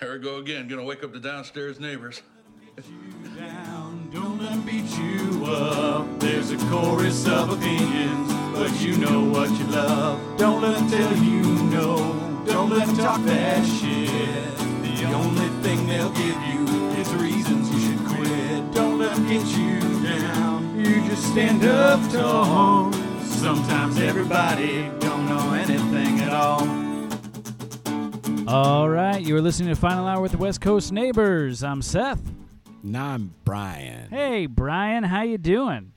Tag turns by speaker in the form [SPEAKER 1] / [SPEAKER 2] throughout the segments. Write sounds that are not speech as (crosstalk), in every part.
[SPEAKER 1] I go again, gonna wake up the downstairs neighbors.
[SPEAKER 2] down, don't let 'em beat you up. There's a chorus of opinions, but you know what you love. Don't let 'em tell you no, don't let 'em talk that shit. The only thing they'll give you is reasons you should quit. Don't let 'em get you down, you just stand up tall. Sometimes everybody don't know anything at all.
[SPEAKER 3] All right, you are listening to Final Hour with the West Coast Neighbors. I'm Seth.
[SPEAKER 4] Now I'm Brian.
[SPEAKER 3] Hey, Brian, how you doing?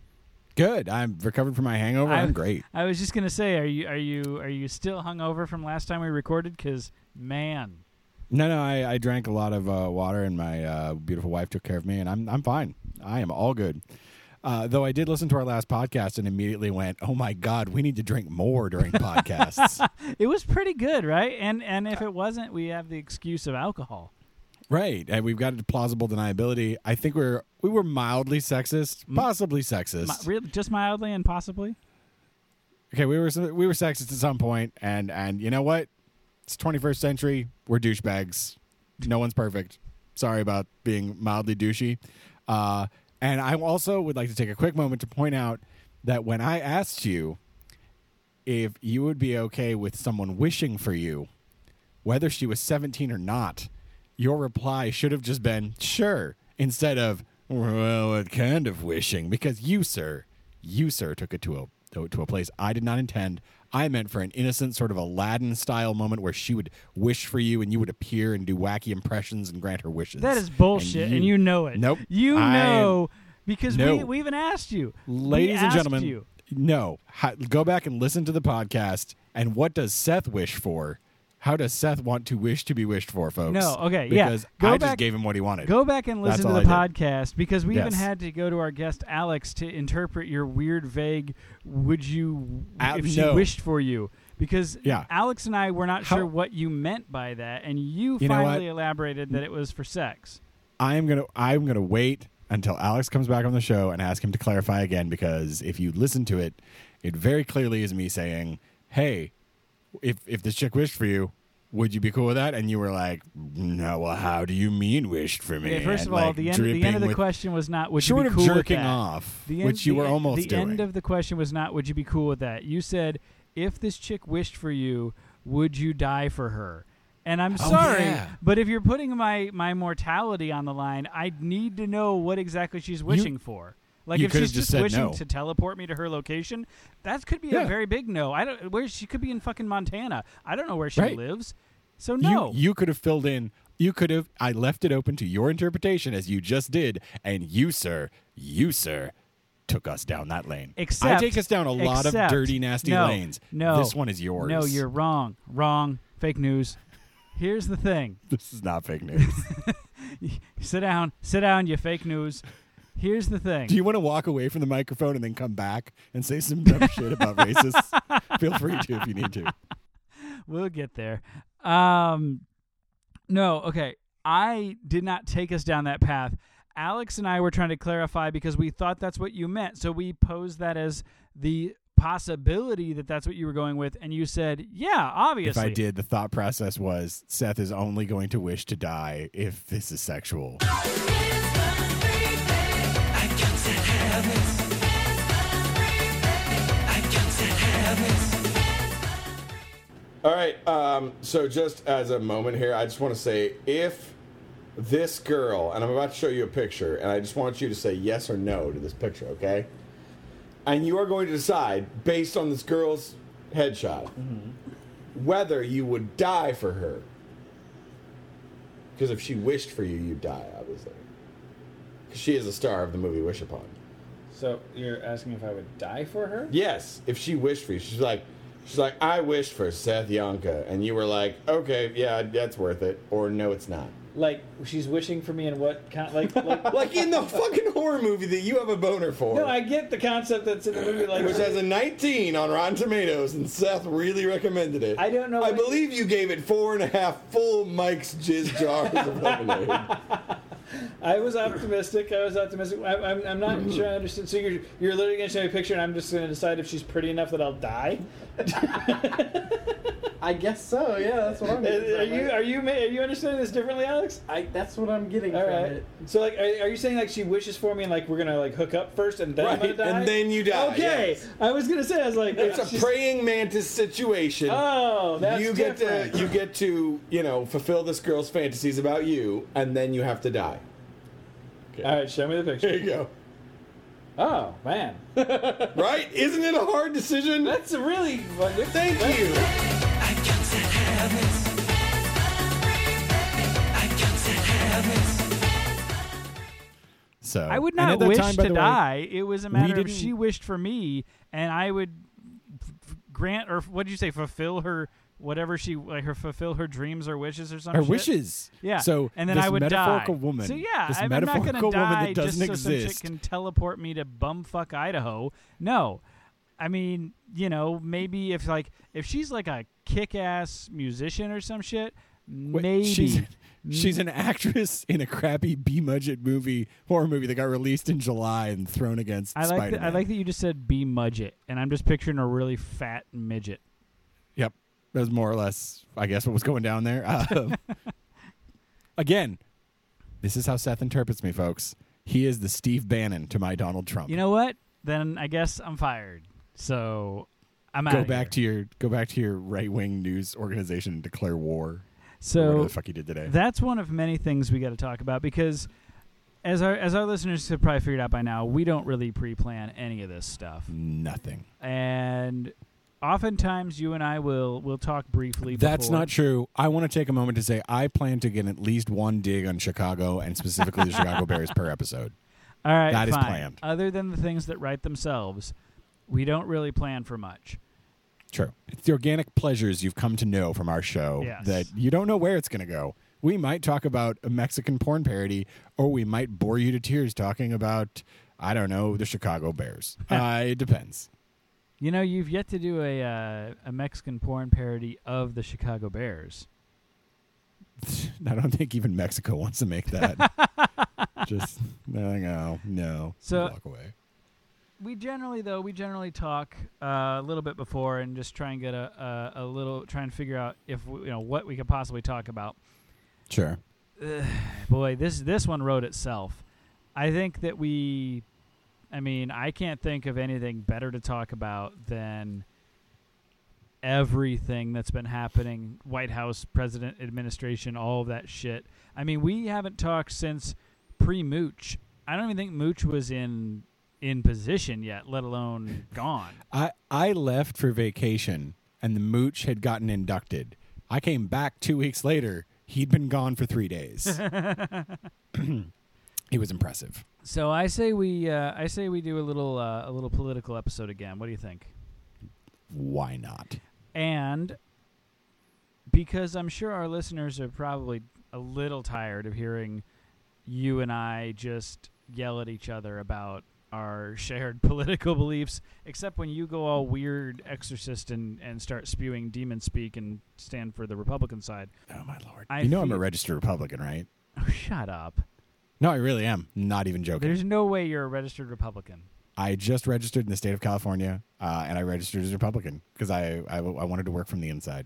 [SPEAKER 4] Good. I'm recovered from my hangover. I'm great.
[SPEAKER 3] I was just gonna say, are you are you are you still hungover from last time we recorded? Because man,
[SPEAKER 4] No, no, I, I drank a lot of uh, water, and my uh, beautiful wife took care of me, and I'm I'm fine. I am all good. Uh, though I did listen to our last podcast and immediately went, "Oh my god, we need to drink more during podcasts."
[SPEAKER 3] it was pretty good, right? And and if it wasn't, we have the excuse of alcohol.
[SPEAKER 4] right, and we've got plausible deniability. I think we're we were mildly sexist, possibly sexist.
[SPEAKER 3] Mi- really, just mildly and possibly.
[SPEAKER 4] okay, we were we were sexist at some point, and and you know what? It's 21st century. We're douchebags. No one's perfect. Sorry about being mildly douchey. Uh, and I also would like to take a quick moment to point out that when I asked you if you would be okay with someone wishing for you, whether she was 17 or not, your reply should have just been sure instead of well, what kind of wishing? Because you, sir, you, sir, took it to a to, to a place I did not intend. I meant for an innocent sort of Aladdin style moment where she would wish for you and you would appear and do wacky impressions and grant her wishes.
[SPEAKER 3] That is bullshit, and you, know it.
[SPEAKER 4] Nope.
[SPEAKER 3] You
[SPEAKER 4] I am-
[SPEAKER 3] know because
[SPEAKER 4] No.
[SPEAKER 3] we, we even asked you, We
[SPEAKER 4] ladies and
[SPEAKER 3] asked
[SPEAKER 4] gentlemen,
[SPEAKER 3] you.
[SPEAKER 4] no. Hi- go back and listen to the podcast. And what does Seth wish for? How does Seth want to wish to be wished for, folks?
[SPEAKER 3] No, okay, yeah.
[SPEAKER 4] because
[SPEAKER 3] Go
[SPEAKER 4] I
[SPEAKER 3] back-
[SPEAKER 4] just gave him what he wanted.
[SPEAKER 3] Go back and
[SPEAKER 4] That's
[SPEAKER 3] listen to
[SPEAKER 4] all
[SPEAKER 3] the
[SPEAKER 4] I did.
[SPEAKER 3] podcast because we even
[SPEAKER 4] Yes.
[SPEAKER 3] had to go to our guest Alex to interpret your weird, vague "Would you
[SPEAKER 4] Al-
[SPEAKER 3] if she
[SPEAKER 4] no.
[SPEAKER 3] wished for you?" Because
[SPEAKER 4] Yeah.
[SPEAKER 3] Alex and I were not
[SPEAKER 4] How-
[SPEAKER 3] sure what you meant by that, and you,
[SPEAKER 4] You know what?
[SPEAKER 3] finally elaborated that it was for sex.
[SPEAKER 4] I am gonna I'm gonna wait until Alex comes back on the show and ask him to clarify again because if you listen to it, it very clearly is me saying, "Hey, if if this chick wished for you, would you be cool with that?" And you were like, "No, well, how do you mean wished for me?"
[SPEAKER 3] Okay, first of
[SPEAKER 4] And,
[SPEAKER 3] all,
[SPEAKER 4] like,
[SPEAKER 3] the end the
[SPEAKER 4] dripping
[SPEAKER 3] end of the
[SPEAKER 4] with-
[SPEAKER 3] question was not "Would
[SPEAKER 4] short
[SPEAKER 3] you be
[SPEAKER 4] of
[SPEAKER 3] cool with
[SPEAKER 4] jerking
[SPEAKER 3] that?"
[SPEAKER 4] off,
[SPEAKER 3] The
[SPEAKER 4] which you
[SPEAKER 3] the
[SPEAKER 4] were
[SPEAKER 3] en-
[SPEAKER 4] almost
[SPEAKER 3] the
[SPEAKER 4] doing.
[SPEAKER 3] end of the question was not "Would you be cool with that?" You said, "If this chick wished for you, would you die for her?" And I'm
[SPEAKER 4] Oh,
[SPEAKER 3] sorry,
[SPEAKER 4] yeah.
[SPEAKER 3] but if you're putting my my mortality on the line, I need to know what exactly she's wishing for. Like
[SPEAKER 4] you
[SPEAKER 3] if
[SPEAKER 4] could've
[SPEAKER 3] she's
[SPEAKER 4] just
[SPEAKER 3] just,
[SPEAKER 4] said
[SPEAKER 3] wishing
[SPEAKER 4] no.
[SPEAKER 3] to teleport me to her location, that could be a
[SPEAKER 4] Yeah.
[SPEAKER 3] very big no. I don't where she could be in fucking Montana. I don't know where she
[SPEAKER 4] Right.
[SPEAKER 3] lives. So no.
[SPEAKER 4] You you could have filled in. You could have. I left it open to your interpretation as you just did, and you, sir, you, sir, took us down that lane.
[SPEAKER 3] Except
[SPEAKER 4] I take us down a lot of
[SPEAKER 3] except-
[SPEAKER 4] dirty, nasty
[SPEAKER 3] no,
[SPEAKER 4] lanes.
[SPEAKER 3] No,
[SPEAKER 4] this one is yours.
[SPEAKER 3] No, you're wrong. Wrong. Fake news. Here's the thing.
[SPEAKER 4] (laughs) This is not fake
[SPEAKER 3] (laughs)
[SPEAKER 4] news.
[SPEAKER 3] Sit down. Sit down. You
[SPEAKER 4] (laughs)
[SPEAKER 3] fake news. Here's the thing.
[SPEAKER 4] Do you want to walk away from the microphone and then come back and say some
[SPEAKER 3] (laughs)
[SPEAKER 4] dumb shit about racists? Feel free to if you need to.
[SPEAKER 3] we'll get there. Um, no. Okay. I did not take us down that path. Alex and I were trying to clarify because we thought that's what you meant. So we posed that as the possibility that that's what you were going with, and you said, "Yeah,
[SPEAKER 4] If
[SPEAKER 3] obviously."
[SPEAKER 4] I did, the thought process was Seth is only going to wish to die if this is sexual.
[SPEAKER 5] All right. Um, so, just as a moment here, I just want to say if this girl, and I'm about to show you a picture, and I just want you to say yes or no to this picture, okay? And you are going to decide, based on this girl's headshot,
[SPEAKER 6] Mm-hmm.
[SPEAKER 5] whether you would die for her. Because if she wished for you, you'd die, obviously. 'Cause she is a star of the movie Wish Upon.
[SPEAKER 6] So you're asking if I would die for her?
[SPEAKER 5] Yes, if she wished for you, she's like, she's like, I wished for Seth Yonka, and you were like, okay, yeah, that's worth it, or no, it's not.
[SPEAKER 6] Like she's wishing for me in what kind? Like, like (laughs)
[SPEAKER 5] Like in the fucking horror movie that you have a boner for,
[SPEAKER 6] no, I get the concept that's in the movie.
[SPEAKER 4] (laughs)
[SPEAKER 6] Like,
[SPEAKER 5] which has a 19 on Rotten Tomatoes, and Seth really recommended it.
[SPEAKER 6] I don't know
[SPEAKER 5] I
[SPEAKER 6] what-
[SPEAKER 5] believe you gave it four and a half full Mike's jizz jars
[SPEAKER 6] (laughs)
[SPEAKER 5] of lemonade.
[SPEAKER 6] I was optimistic. I was optimistic. I, I'm, I'm not
[SPEAKER 7] Mm-hmm.
[SPEAKER 6] sure I understand. So you're you're literally gonna show me a picture, and I'm just gonna decide if she's pretty enough that I'll die.
[SPEAKER 7] I guess so. Yeah, that's what I'm.
[SPEAKER 6] Are
[SPEAKER 7] Getting from
[SPEAKER 6] Uh, are you
[SPEAKER 7] it.
[SPEAKER 6] are you ma- are you understanding this differently, Alex?
[SPEAKER 7] I, that's what I'm getting
[SPEAKER 6] All
[SPEAKER 7] from
[SPEAKER 6] right.
[SPEAKER 7] it.
[SPEAKER 6] So like, are, are you saying like she wishes for me and like we're gonna like hook up first and then I'm
[SPEAKER 5] Right,
[SPEAKER 6] gonna die?
[SPEAKER 5] and then you die,
[SPEAKER 6] Okay.
[SPEAKER 5] yes.
[SPEAKER 6] I was gonna say I was like,
[SPEAKER 5] It's a
[SPEAKER 6] she's-
[SPEAKER 5] praying mantis situation.
[SPEAKER 6] Oh, that's
[SPEAKER 5] you get
[SPEAKER 6] different.
[SPEAKER 5] to you get to you know fulfill this girl's fantasies about you, and then you have to die.
[SPEAKER 6] All right, show me the
[SPEAKER 5] There
[SPEAKER 7] (laughs)
[SPEAKER 6] picture.
[SPEAKER 5] you go.
[SPEAKER 6] Oh man,
[SPEAKER 5] Right? Isn't it a hard decision?
[SPEAKER 6] that's a really
[SPEAKER 5] Thank you.
[SPEAKER 4] So
[SPEAKER 3] I would
[SPEAKER 4] and
[SPEAKER 3] not
[SPEAKER 4] at that
[SPEAKER 3] wish
[SPEAKER 4] time, by
[SPEAKER 3] to
[SPEAKER 4] the way-
[SPEAKER 3] die. it was a matter of
[SPEAKER 4] didn't-
[SPEAKER 3] she wished for me, and I would f- f- grant or what did you say? Fulfill her whatever she like her fulfill her dreams or wishes or something.
[SPEAKER 4] her wishes.
[SPEAKER 3] Yeah.
[SPEAKER 4] So
[SPEAKER 3] and then
[SPEAKER 4] this
[SPEAKER 3] I would
[SPEAKER 4] metaphorical
[SPEAKER 3] die.
[SPEAKER 4] woman.
[SPEAKER 3] So yeah,
[SPEAKER 4] this
[SPEAKER 3] I'm
[SPEAKER 4] metaphorical
[SPEAKER 3] not gonna
[SPEAKER 4] woman
[SPEAKER 3] die
[SPEAKER 4] that doesn't
[SPEAKER 3] just so
[SPEAKER 4] exist.
[SPEAKER 3] some chick can teleport me to bumfuck Idaho. No, I mean you know maybe if like if she's like a kick-ass musician or some shit,
[SPEAKER 4] Wait,
[SPEAKER 3] maybe.
[SPEAKER 4] She's, she's an actress in a crappy B budget movie horror movie that got released in July and thrown against
[SPEAKER 3] I like that, I
[SPEAKER 4] Spider-Man.
[SPEAKER 3] like that you just said be mudget, and I'm just picturing a really fat midget.
[SPEAKER 4] Yep. That was more or less, I guess, what was going down
[SPEAKER 3] (laughs)
[SPEAKER 4] there. Um, again, this is how Seth interprets me, folks. He is the Steve Bannon to my Donald Trump.
[SPEAKER 3] You know what? Then I guess I'm fired. So I'm out.
[SPEAKER 4] go back to your go back to your right wing news organization and declare war. or whatever
[SPEAKER 3] so
[SPEAKER 4] the fuck you did today.
[SPEAKER 3] that's one of many things we got to talk about because as our as our listeners have probably figured out by now, we don't really pre-plan any of this stuff,
[SPEAKER 4] Mm. Nothing.
[SPEAKER 3] and oftentimes you and I will will talk briefly.
[SPEAKER 4] That's
[SPEAKER 3] before-
[SPEAKER 4] not true. I want to take a moment to say I plan to get at least one dig on Chicago and specifically the
[SPEAKER 3] (laughs)
[SPEAKER 4] Chicago Bears per episode.
[SPEAKER 3] All right,
[SPEAKER 4] That is
[SPEAKER 3] fine.
[SPEAKER 4] planned.
[SPEAKER 3] Other than the things that write themselves, we don't really plan for much.
[SPEAKER 4] True. It's the organic pleasures you've come to know from our show
[SPEAKER 3] Yes.
[SPEAKER 4] that you don't know where it's going to go. We might talk about a Mexican porn parody, or we might bore you to tears talking about, I don't know, the Chicago
[SPEAKER 3] (laughs)
[SPEAKER 4] Bears. uh, it depends.
[SPEAKER 3] You know, you've yet to do a uh, a Mexican porn parody of the Chicago Bears.
[SPEAKER 4] I don't think even Mexico wants to make
[SPEAKER 3] (laughs)
[SPEAKER 4] that. Just, no, no, no.
[SPEAKER 3] So-
[SPEAKER 4] walk away.
[SPEAKER 3] We generally, though, we generally talk uh, a little bit before and just try and get a, a, a little try and figure out if we, you know what we could possibly talk about.
[SPEAKER 4] Sure.
[SPEAKER 3] Boy, this this one wrote itself. I think that we, I mean, I can't think of anything better to talk about than everything that's been happening White House, president, administration, all of that shit. I mean, we haven't talked since pre Mooch. I don't even think Mooch was in in position yet, let alone gone.
[SPEAKER 4] I, I left for vacation and the mooch had gotten inducted. I came back two weeks later. He'd been gone for three
[SPEAKER 3] (laughs)
[SPEAKER 4] days. he was impressive.
[SPEAKER 3] So I say we uh, I say we do a little uh, a little political episode again. What do you think?
[SPEAKER 4] Why not?
[SPEAKER 3] And because I'm sure our listeners are probably a little tired of hearing you and I just yell at each other about our (laughs) shared political beliefs, except when you go all weird exorcist and, and start spewing demon speak and stand for the Republican side. (laughs)
[SPEAKER 4] Oh my lord!
[SPEAKER 3] I
[SPEAKER 4] you know I'm a
[SPEAKER 3] feel-
[SPEAKER 4] registered Republican, right?
[SPEAKER 3] Shut up.
[SPEAKER 4] No, I really am. Not even joking.
[SPEAKER 3] There's no way you're a registered Republican.
[SPEAKER 4] I just registered in the state of California, uh, and I registered as a Republican because I, I I wanted to work from the
[SPEAKER 3] (laughs)
[SPEAKER 4] inside.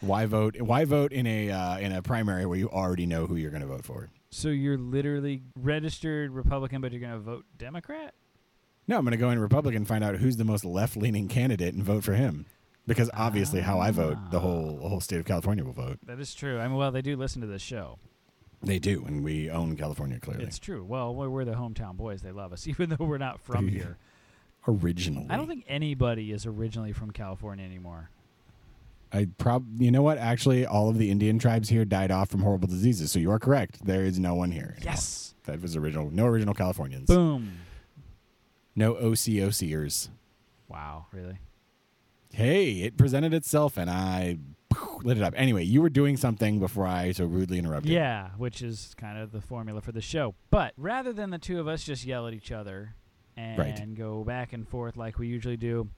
[SPEAKER 4] why vote? Why vote in a uh, in a primary where you already know who you're going to vote for?
[SPEAKER 3] So you're literally registered Republican, but you're going to vote Democrat?
[SPEAKER 4] No, I'm going to go in Republican, find out who's the most left leaning candidate, and vote for him. Because obviously, how I vote, the whole the whole state of California will vote.
[SPEAKER 3] That is true. I mean, well, they do listen to this show.
[SPEAKER 4] They do, and we own California clearly.
[SPEAKER 3] It's true. Well, we're, we're the hometown boys. They love us, (laughs) even though we're not from here.
[SPEAKER 4] originally.
[SPEAKER 3] I don't think anybody is originally from California anymore.
[SPEAKER 4] I prob. You know what? Actually, all of the Indian tribes here died off from horrible diseases. So you are correct. There is no one here. anymore.
[SPEAKER 3] Yes.
[SPEAKER 4] That was original. No original Californians.
[SPEAKER 3] Boom.
[SPEAKER 4] No OCOCers.
[SPEAKER 3] Wow. Really?
[SPEAKER 4] Hey, it presented itself, and I lit it up. Anyway, you were doing something before I so rudely interrupted.
[SPEAKER 3] Yeah, which is kind of the formula for the show. But rather than the two of us just yell at each other and
[SPEAKER 4] Right.
[SPEAKER 3] go back and forth like we usually do,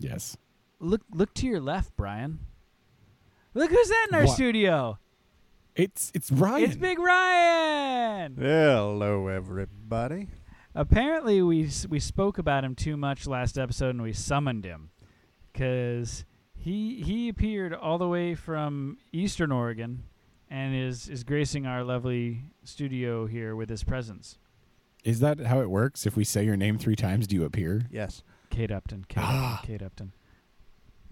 [SPEAKER 4] Yes.
[SPEAKER 3] look look to your left, Brian. Look who's that in our
[SPEAKER 4] What?
[SPEAKER 3] studio.
[SPEAKER 4] It's it's Ryan.
[SPEAKER 3] It's Big Ryan.
[SPEAKER 8] Hello, everybody.
[SPEAKER 3] Apparently, we s- we spoke about him too much last episode, and we summoned him. because he he appeared all the way from Eastern Oregon, and is is gracing our lovely studio here with his presence.
[SPEAKER 4] Is that how it works? If we say your name three times, do you appear?
[SPEAKER 8] Yes.
[SPEAKER 3] Kate Upton. Kate,
[SPEAKER 4] Ah.
[SPEAKER 3] Upton, Kate Upton.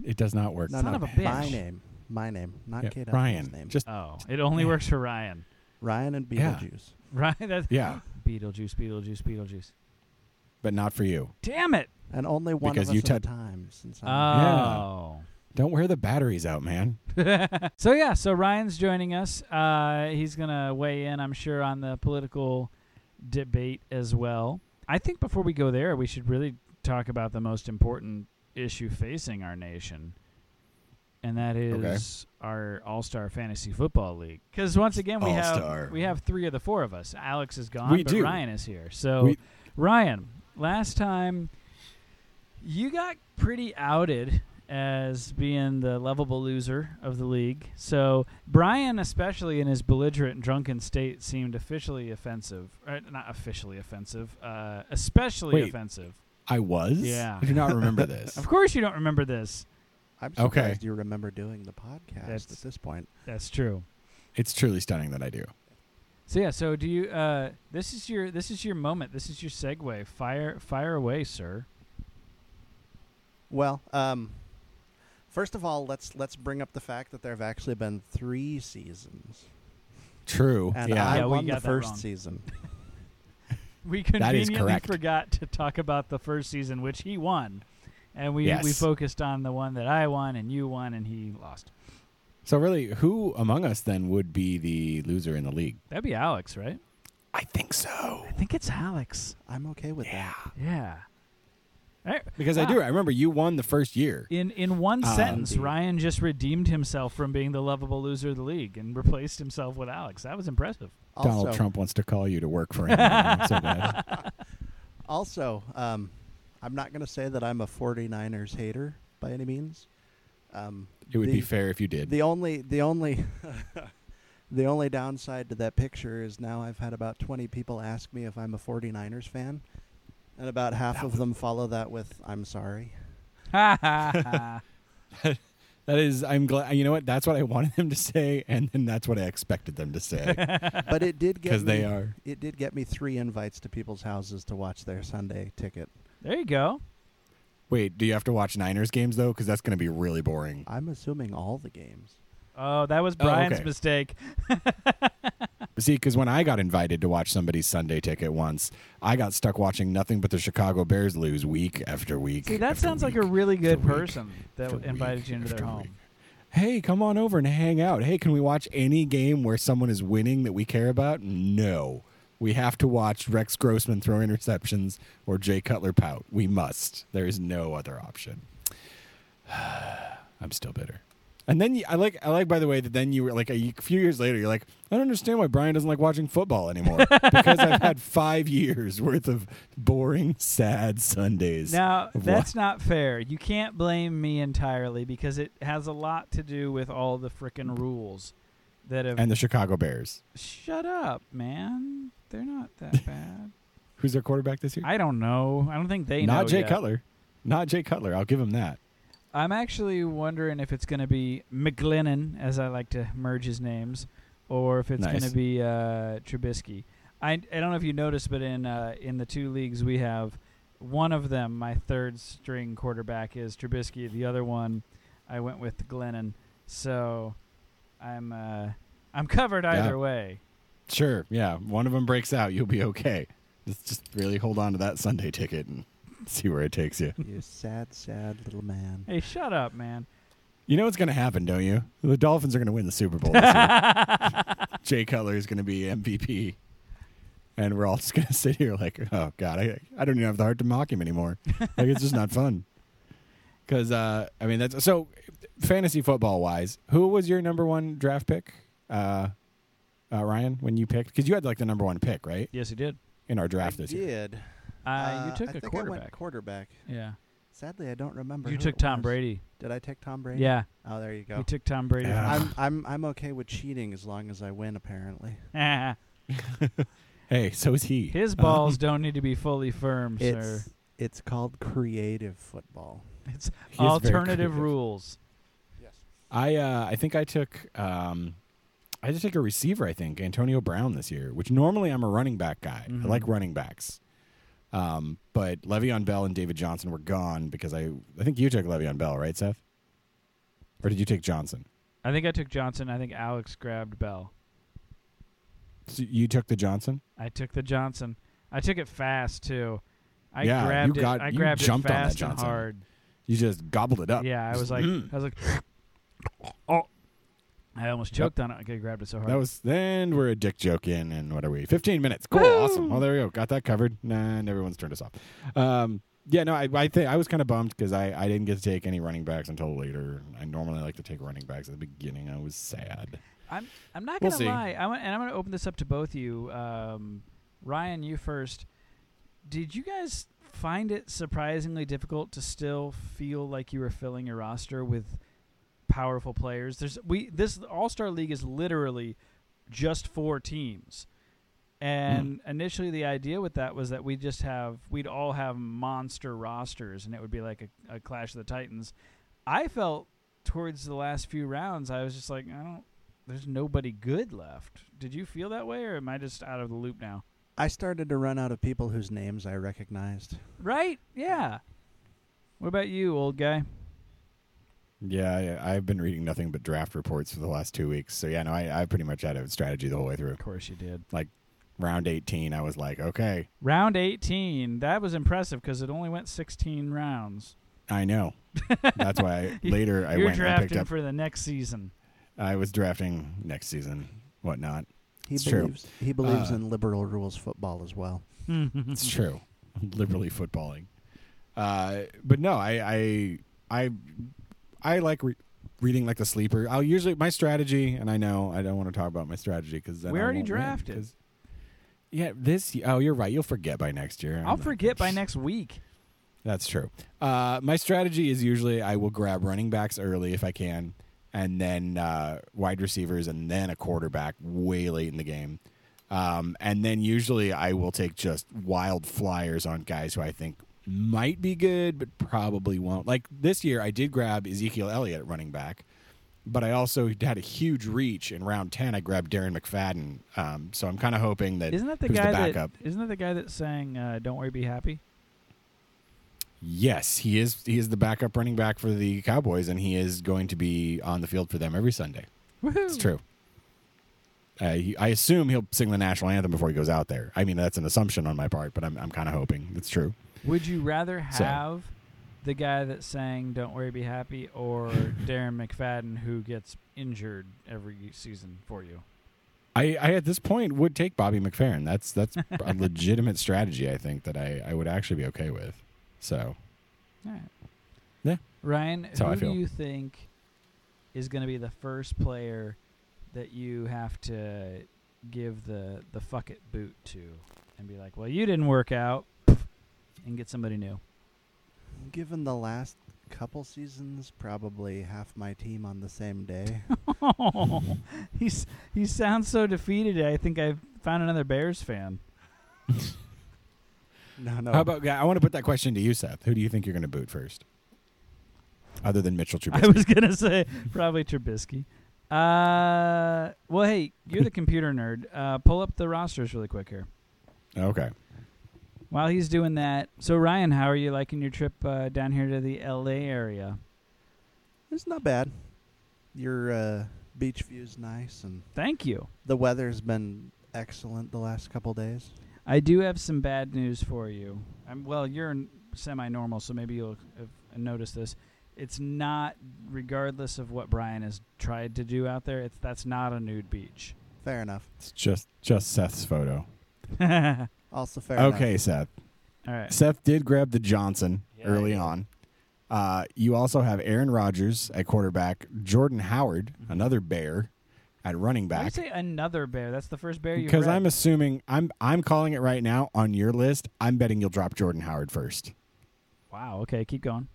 [SPEAKER 4] It does not work.
[SPEAKER 8] No,
[SPEAKER 3] Son
[SPEAKER 8] no,
[SPEAKER 3] of a bitch.
[SPEAKER 8] My name. My name. Not
[SPEAKER 4] Yeah,
[SPEAKER 8] Kate Upton's
[SPEAKER 4] Ryan.
[SPEAKER 8] name.
[SPEAKER 4] Just
[SPEAKER 3] Oh, it only works for Ryan. (laughs)
[SPEAKER 8] Ryan and
[SPEAKER 4] Yeah.
[SPEAKER 8] Beetlejuice.
[SPEAKER 3] Right? That's
[SPEAKER 4] yeah,
[SPEAKER 3] Beetlejuice, Beetlejuice, Beetlejuice.
[SPEAKER 4] but not for you.
[SPEAKER 3] Damn it!
[SPEAKER 8] And only one
[SPEAKER 4] Because
[SPEAKER 8] of us
[SPEAKER 4] you
[SPEAKER 8] at a
[SPEAKER 4] ted-
[SPEAKER 8] time since I'm
[SPEAKER 3] Oh.
[SPEAKER 4] Don't wear the batteries out, man.
[SPEAKER 3] (laughs) So yeah, so Ryan's joining us. Uh, he's gonna weigh in, I'm sure, on the political debate as well. I think before we go there, we should really talk about the most important issue facing our nation, and that is our All-Star Fantasy Football League. Because once again, we
[SPEAKER 4] All-Star.
[SPEAKER 3] have we have three of the four of us. Alex is gone,
[SPEAKER 4] We
[SPEAKER 3] but
[SPEAKER 4] do.
[SPEAKER 3] Ryan is here. So
[SPEAKER 4] We-
[SPEAKER 3] Ryan, last time you got pretty outed as being the lovable loser of the league. So Brian, especially in his belligerent, drunken state, seemed officially offensive. Or not officially offensive, uh, especially
[SPEAKER 4] Wait.
[SPEAKER 3] offensive.
[SPEAKER 4] I was.
[SPEAKER 3] Yeah.
[SPEAKER 4] I do not
[SPEAKER 8] (laughs)
[SPEAKER 4] remember this.
[SPEAKER 3] Of course, you don't remember this.
[SPEAKER 8] I'm
[SPEAKER 4] Okay.
[SPEAKER 8] surprised you remember doing the podcast
[SPEAKER 3] That's-
[SPEAKER 8] at this point.
[SPEAKER 3] That's true.
[SPEAKER 4] it's truly stunning that I do.
[SPEAKER 3] So yeah. So do you? Uh, this is your this is your moment. This is your segue. Fire fire away, sir.
[SPEAKER 8] Well, um, first of all, let's let's bring up the fact that there have actually been three seasons,
[SPEAKER 4] True.
[SPEAKER 8] and
[SPEAKER 4] Oh, yeah.
[SPEAKER 8] I
[SPEAKER 3] Yeah, we
[SPEAKER 8] won the
[SPEAKER 3] got that
[SPEAKER 8] first
[SPEAKER 3] wrong.
[SPEAKER 8] season. (laughs)
[SPEAKER 3] We
[SPEAKER 4] is
[SPEAKER 3] conveniently
[SPEAKER 4] correct.
[SPEAKER 3] forgot to talk about the first season, which he won, and we we
[SPEAKER 4] Yes.
[SPEAKER 3] focused on the one that I won and you won and he lost.
[SPEAKER 4] So really, who among us then would be the loser in the league?
[SPEAKER 3] That'd be Alex, right?
[SPEAKER 4] I think so.
[SPEAKER 3] I think it's Alex.
[SPEAKER 8] I'm okay with
[SPEAKER 4] Yeah.
[SPEAKER 3] Yeah. Right.
[SPEAKER 4] Because I
[SPEAKER 3] Wow.
[SPEAKER 4] do. I remember you won the first year.
[SPEAKER 3] In in one
[SPEAKER 4] Um,
[SPEAKER 3] sentence,
[SPEAKER 8] Indeed.
[SPEAKER 3] Ryan just redeemed himself from being the lovable loser of the league and replaced himself with Alex. That
[SPEAKER 4] (laughs)
[SPEAKER 3] was impressive.
[SPEAKER 8] that.
[SPEAKER 4] Donald
[SPEAKER 8] Also-
[SPEAKER 4] Trump wants to call you to work for him. I'm so bad.
[SPEAKER 8] Also, um, I'm not going to say that I'm a 49ers hater by any means. Um,
[SPEAKER 4] It would
[SPEAKER 8] the,
[SPEAKER 4] be fair if you did.
[SPEAKER 8] The only the only (laughs) the only downside to that picture is now I've had about 20 people ask me if I'm a 49ers fan, and about half of them follow that with "I'm sorry."
[SPEAKER 4] that is, I'm glad. You know what? That's what I wanted them to say, and then that's what I expected them to
[SPEAKER 8] (laughs)
[SPEAKER 4] say
[SPEAKER 8] But
[SPEAKER 4] (laughs)
[SPEAKER 8] it did get
[SPEAKER 4] because they
[SPEAKER 8] me-
[SPEAKER 4] are.
[SPEAKER 8] It did get me three invites to people's houses to watch their Sunday ticket.
[SPEAKER 3] there you go.
[SPEAKER 4] Wait, do you have to watch Niners games though? Because that's going to be really boring.
[SPEAKER 8] I'm assuming all the games.
[SPEAKER 3] Oh, that was
[SPEAKER 4] Oh,
[SPEAKER 3] Brian's
[SPEAKER 4] okay.
[SPEAKER 3] mistake.
[SPEAKER 4] See, because when I got invited to watch somebody's Sunday ticket once, I got stuck watching nothing but the Chicago Bears lose week after week.
[SPEAKER 3] See, that
[SPEAKER 4] after
[SPEAKER 3] sounds like
[SPEAKER 4] week.
[SPEAKER 3] a really good
[SPEAKER 4] week,
[SPEAKER 3] person that
[SPEAKER 4] after
[SPEAKER 3] invited
[SPEAKER 4] week,
[SPEAKER 3] you into their
[SPEAKER 4] after
[SPEAKER 3] home.
[SPEAKER 4] week. Hey, come on over and hang out. Hey, can we watch any game where someone is winning that we care about? No. We have to watch Rex Grossman throw interceptions or Jay Cutler pout. We must. There is no other option. (sighs) I'm still bitter. And then you, I like I like by the way that then you were like a few years later you're like I don't understand why Brian doesn't like watching football anymore because I've had 5 years worth of boring sad Sundays.
[SPEAKER 3] Now,
[SPEAKER 4] of
[SPEAKER 3] that's not fair. You can't blame me entirely because it has a lot to do with all the frickin' rules that have.
[SPEAKER 4] wa- and the Chicago Bears.
[SPEAKER 3] Shut up, man. They're not
[SPEAKER 4] (laughs)
[SPEAKER 3] that bad.
[SPEAKER 4] Who's their quarterback this year?
[SPEAKER 3] I don't know. I don't think they know.
[SPEAKER 4] Not Jay
[SPEAKER 3] yet.
[SPEAKER 4] Cutler. Not Jay Cutler. I'll give him that.
[SPEAKER 3] I'm actually wondering if it's going to be McGlennon, as I like to merge his names, or if it's
[SPEAKER 4] Nice.
[SPEAKER 3] going to be uh, Trubisky. I, I don't know if you noticed, but in uh, in the two leagues we have, one of them my third string quarterback is Trubisky. The other one, I went with Glennon. So, I'm uh, I'm covered
[SPEAKER 4] Yeah.
[SPEAKER 3] either way.
[SPEAKER 4] Sure. Yeah. One of them breaks out. You'll be okay. Just, just really hold on to that Sunday ticket and see where it takes you. (laughs)
[SPEAKER 8] You sad, sad little man.
[SPEAKER 3] Hey, shut up, man.
[SPEAKER 4] You know what's going to happen, don't you? The Dolphins are going to win the Super Bowl. This year. Jay Cutler is going to be MVP. And we're all just going to (laughs) sit here like, oh, God, I, I don't even have the heart to mock him anymore. Like, it's just not fun. (laughs) Because, uh, I mean, that's so fantasy football wise, who was your number one draft pick, uh, uh, Ryan, when you picked? Because you had like the number one pick, right?
[SPEAKER 3] Yes, he did.
[SPEAKER 4] In our draft
[SPEAKER 8] I
[SPEAKER 4] this year.
[SPEAKER 8] did.
[SPEAKER 3] Uh,
[SPEAKER 8] Uh,
[SPEAKER 3] you took
[SPEAKER 8] I
[SPEAKER 3] a
[SPEAKER 8] think I
[SPEAKER 3] quarterback.
[SPEAKER 8] went quarterback.
[SPEAKER 3] yeah,
[SPEAKER 8] Sadly, I don't remember.
[SPEAKER 3] you
[SPEAKER 8] who
[SPEAKER 3] took
[SPEAKER 8] it
[SPEAKER 3] Tom
[SPEAKER 8] was.
[SPEAKER 3] Brady.
[SPEAKER 8] Did I take Tom Brady?
[SPEAKER 3] Yeah,
[SPEAKER 8] Oh, there you
[SPEAKER 3] you
[SPEAKER 8] go.
[SPEAKER 3] took Tom Brady.
[SPEAKER 4] Yeah.
[SPEAKER 8] I'm I'm I'm okay with cheating as long as I win. Apparently,
[SPEAKER 3] (laughs)
[SPEAKER 4] Hey, so is Uh, he. Uh-huh. (laughs)
[SPEAKER 3] His balls don't need to be fully firm, sir.
[SPEAKER 8] it's it's called creative football.
[SPEAKER 3] It's
[SPEAKER 4] very
[SPEAKER 3] alternative
[SPEAKER 4] creative.
[SPEAKER 3] rules.
[SPEAKER 4] I uh, I think I took um, I just took a receiver. I think Antonio Brown this year, which normally I'm a running back guy.
[SPEAKER 3] Mm-hmm.
[SPEAKER 4] I like running backs. Um, but Le'Veon Bell and David Johnson were gone because I I think you took Le'Veon Bell, right, Seth? Or did you take Johnson?
[SPEAKER 3] I think I took Johnson. I think Alex grabbed Bell.
[SPEAKER 4] So you took the Johnson.
[SPEAKER 3] I took the Johnson. I took it fast too. I
[SPEAKER 4] Yeah, you
[SPEAKER 3] grabbed it.
[SPEAKER 4] got-
[SPEAKER 3] I
[SPEAKER 4] you
[SPEAKER 3] grabbed
[SPEAKER 4] jumped
[SPEAKER 3] it
[SPEAKER 4] on that
[SPEAKER 3] fast and
[SPEAKER 4] Johnson. Uh, mm.
[SPEAKER 3] hard.
[SPEAKER 4] You just gobbled it up. Mm-hmm.
[SPEAKER 3] Yeah, I was like, I was like, oh, I almost choked on it. I grabbed it so hard.
[SPEAKER 4] That was then we're a dick joke in and what are we? Fifteen minutes. Cool, awesome. Well, there we go. Got that covered. Nah, and everyone's turned us off. Um, yeah, no, I I think I was kind of bummed because I I didn't get to take any running backs until later. I normally like to take running backs at the beginning. I was sad.
[SPEAKER 3] I'm I'm not
[SPEAKER 4] We'll
[SPEAKER 3] gonna
[SPEAKER 4] see.
[SPEAKER 3] lie. I want, and I'm gonna open this up to both you. Um, Ryan, you first. Did you guys find it surprisingly difficult to still feel like you were filling your roster with powerful players? There's we this All Star League is literally just four teams. And
[SPEAKER 4] Hmm.
[SPEAKER 3] initially, the idea with that was that we just have we'd all have monster rosters, and it would be like a, a clash of the titans. I felt towards the last few rounds, I was just like, I don't. There's nobody good left. Did you feel that way, or am I just out of the loop now?
[SPEAKER 8] I started to run out of people whose names I recognized.
[SPEAKER 3] Right? Yeah. What about you, old guy?
[SPEAKER 4] Yeah, I, I've been reading nothing but draft reports for the last two weeks. So yeah, no, I I pretty much had a strategy the whole way through.
[SPEAKER 3] Of course you did.
[SPEAKER 4] Like round eighteen, I was like, okay,
[SPEAKER 3] Round 18. That was impressive because it only went 16 rounds. (laughs)
[SPEAKER 4] I know. That's why I,
[SPEAKER 3] You-
[SPEAKER 4] later I
[SPEAKER 3] You're
[SPEAKER 4] went and picked
[SPEAKER 3] drafting
[SPEAKER 4] up.
[SPEAKER 3] for the next season.
[SPEAKER 4] I was drafting next season, whatnot.
[SPEAKER 8] He
[SPEAKER 4] It's true.
[SPEAKER 8] believes he believes
[SPEAKER 4] Uh,
[SPEAKER 8] in liberal rules football as well.
[SPEAKER 4] It's true. Liberally footballing. Uh, but no, I I I, I like re- reading like the sleeper. I'll usually my strategy, and I know I don't want to talk about my strategy because
[SPEAKER 3] We already drafted.
[SPEAKER 4] yeah, this. Oh, you're right. You'll forget by next year.
[SPEAKER 3] I'll
[SPEAKER 4] I'm- (laughs)
[SPEAKER 3] forget by next week.
[SPEAKER 4] That's true. Uh, my strategy is usually I will grab running backs early if I can, and then uh, wide receivers, and then a quarterback way late in the game. Um, and then usually I will take just wild flyers on guys who I think might be good, but probably won't. Like this year, I did grab Ezekiel Elliott at running back, but I also had a huge reach in round 10. I grabbed Darren McFadden. Um, so I'm kind of hoping that.
[SPEAKER 3] Isn't that the
[SPEAKER 4] who's the
[SPEAKER 3] guy that?
[SPEAKER 4] backup?
[SPEAKER 3] Isn't that the guy that sang uh, "Don't Worry, Be Happy"?
[SPEAKER 4] Yes, he is. He is the backup running back for the Cowboys, and he is going to be on the field for them every Sunday.
[SPEAKER 3] Woohoo!
[SPEAKER 4] It's true. Uh, he, I assume he'll sing the national anthem before he goes out there. I mean, that's an assumption on my part, but I'm I'm kind of hoping it's true.
[SPEAKER 3] Would you rather
[SPEAKER 4] So-
[SPEAKER 3] have the guy that sang "Don't Worry, Be Happy" or
[SPEAKER 4] (laughs)
[SPEAKER 3] Darren McFadden, who gets injured every season for you?
[SPEAKER 4] I, I at this point would take Bobby McFerrin. That's that's a (laughs) legitimate strategy. I think that I, I would actually be okay with. So
[SPEAKER 3] All right.
[SPEAKER 4] Yeah.
[SPEAKER 3] Ryan,
[SPEAKER 4] That's how
[SPEAKER 3] who
[SPEAKER 4] I
[SPEAKER 3] do
[SPEAKER 4] feel.
[SPEAKER 3] you think is going to be the first player that you have to give the the fuck it boot to and be like, "Well, you didn't work out," and get somebody new? (laughs)
[SPEAKER 8] Given the last couple seasons, probably half my team on the
[SPEAKER 4] (laughs)
[SPEAKER 8] same day.
[SPEAKER 3] Oh, he's he sounds so defeated. I think I've found another Bears fan.
[SPEAKER 8] no, no.
[SPEAKER 4] how about I want to put that question to you, Seth. Who do you think you're going to boot first, other than
[SPEAKER 8] (laughs)
[SPEAKER 4] Mitchell Trubisky?
[SPEAKER 3] I was gonna (laughs) say probably Trubisky. Uh, well, hey, you're the computer nerd. Uh, pull up the rosters really quick here.
[SPEAKER 4] okay.
[SPEAKER 3] While he's doing that, so Ryan, how are you liking your trip uh, down here to the L.A. area?
[SPEAKER 8] It's not bad. Your uh, beach view's nice, and
[SPEAKER 3] Thank you.
[SPEAKER 8] the weather's been excellent the last couple days.
[SPEAKER 3] I do have some bad news for you. I'm, well, you're semi-normal, so maybe you'll have uh, noticed this. It's not, regardless of what Brian has tried to do out there. It's that's not a nude beach. (laughs)
[SPEAKER 8] Fair enough.
[SPEAKER 4] It's just just Seth's photo.
[SPEAKER 3] All
[SPEAKER 8] Also fair enough.
[SPEAKER 4] okay, Seth.
[SPEAKER 3] right.
[SPEAKER 4] Seth did grab the Johnson
[SPEAKER 3] Yeah,
[SPEAKER 4] early
[SPEAKER 3] I did.
[SPEAKER 4] on. Uh, you also have Aaron Rodgers at quarterback, Jordan Howard, another bear, at running
[SPEAKER 3] I
[SPEAKER 4] back.
[SPEAKER 3] Mm-hmm. say another bear. That's the first bear you've
[SPEAKER 4] Because
[SPEAKER 3] read.
[SPEAKER 4] I'm assuming I'm I'm calling it right now on your list. I'm betting you'll drop Jordan Howard first.
[SPEAKER 3] Wow. Okay, keep going.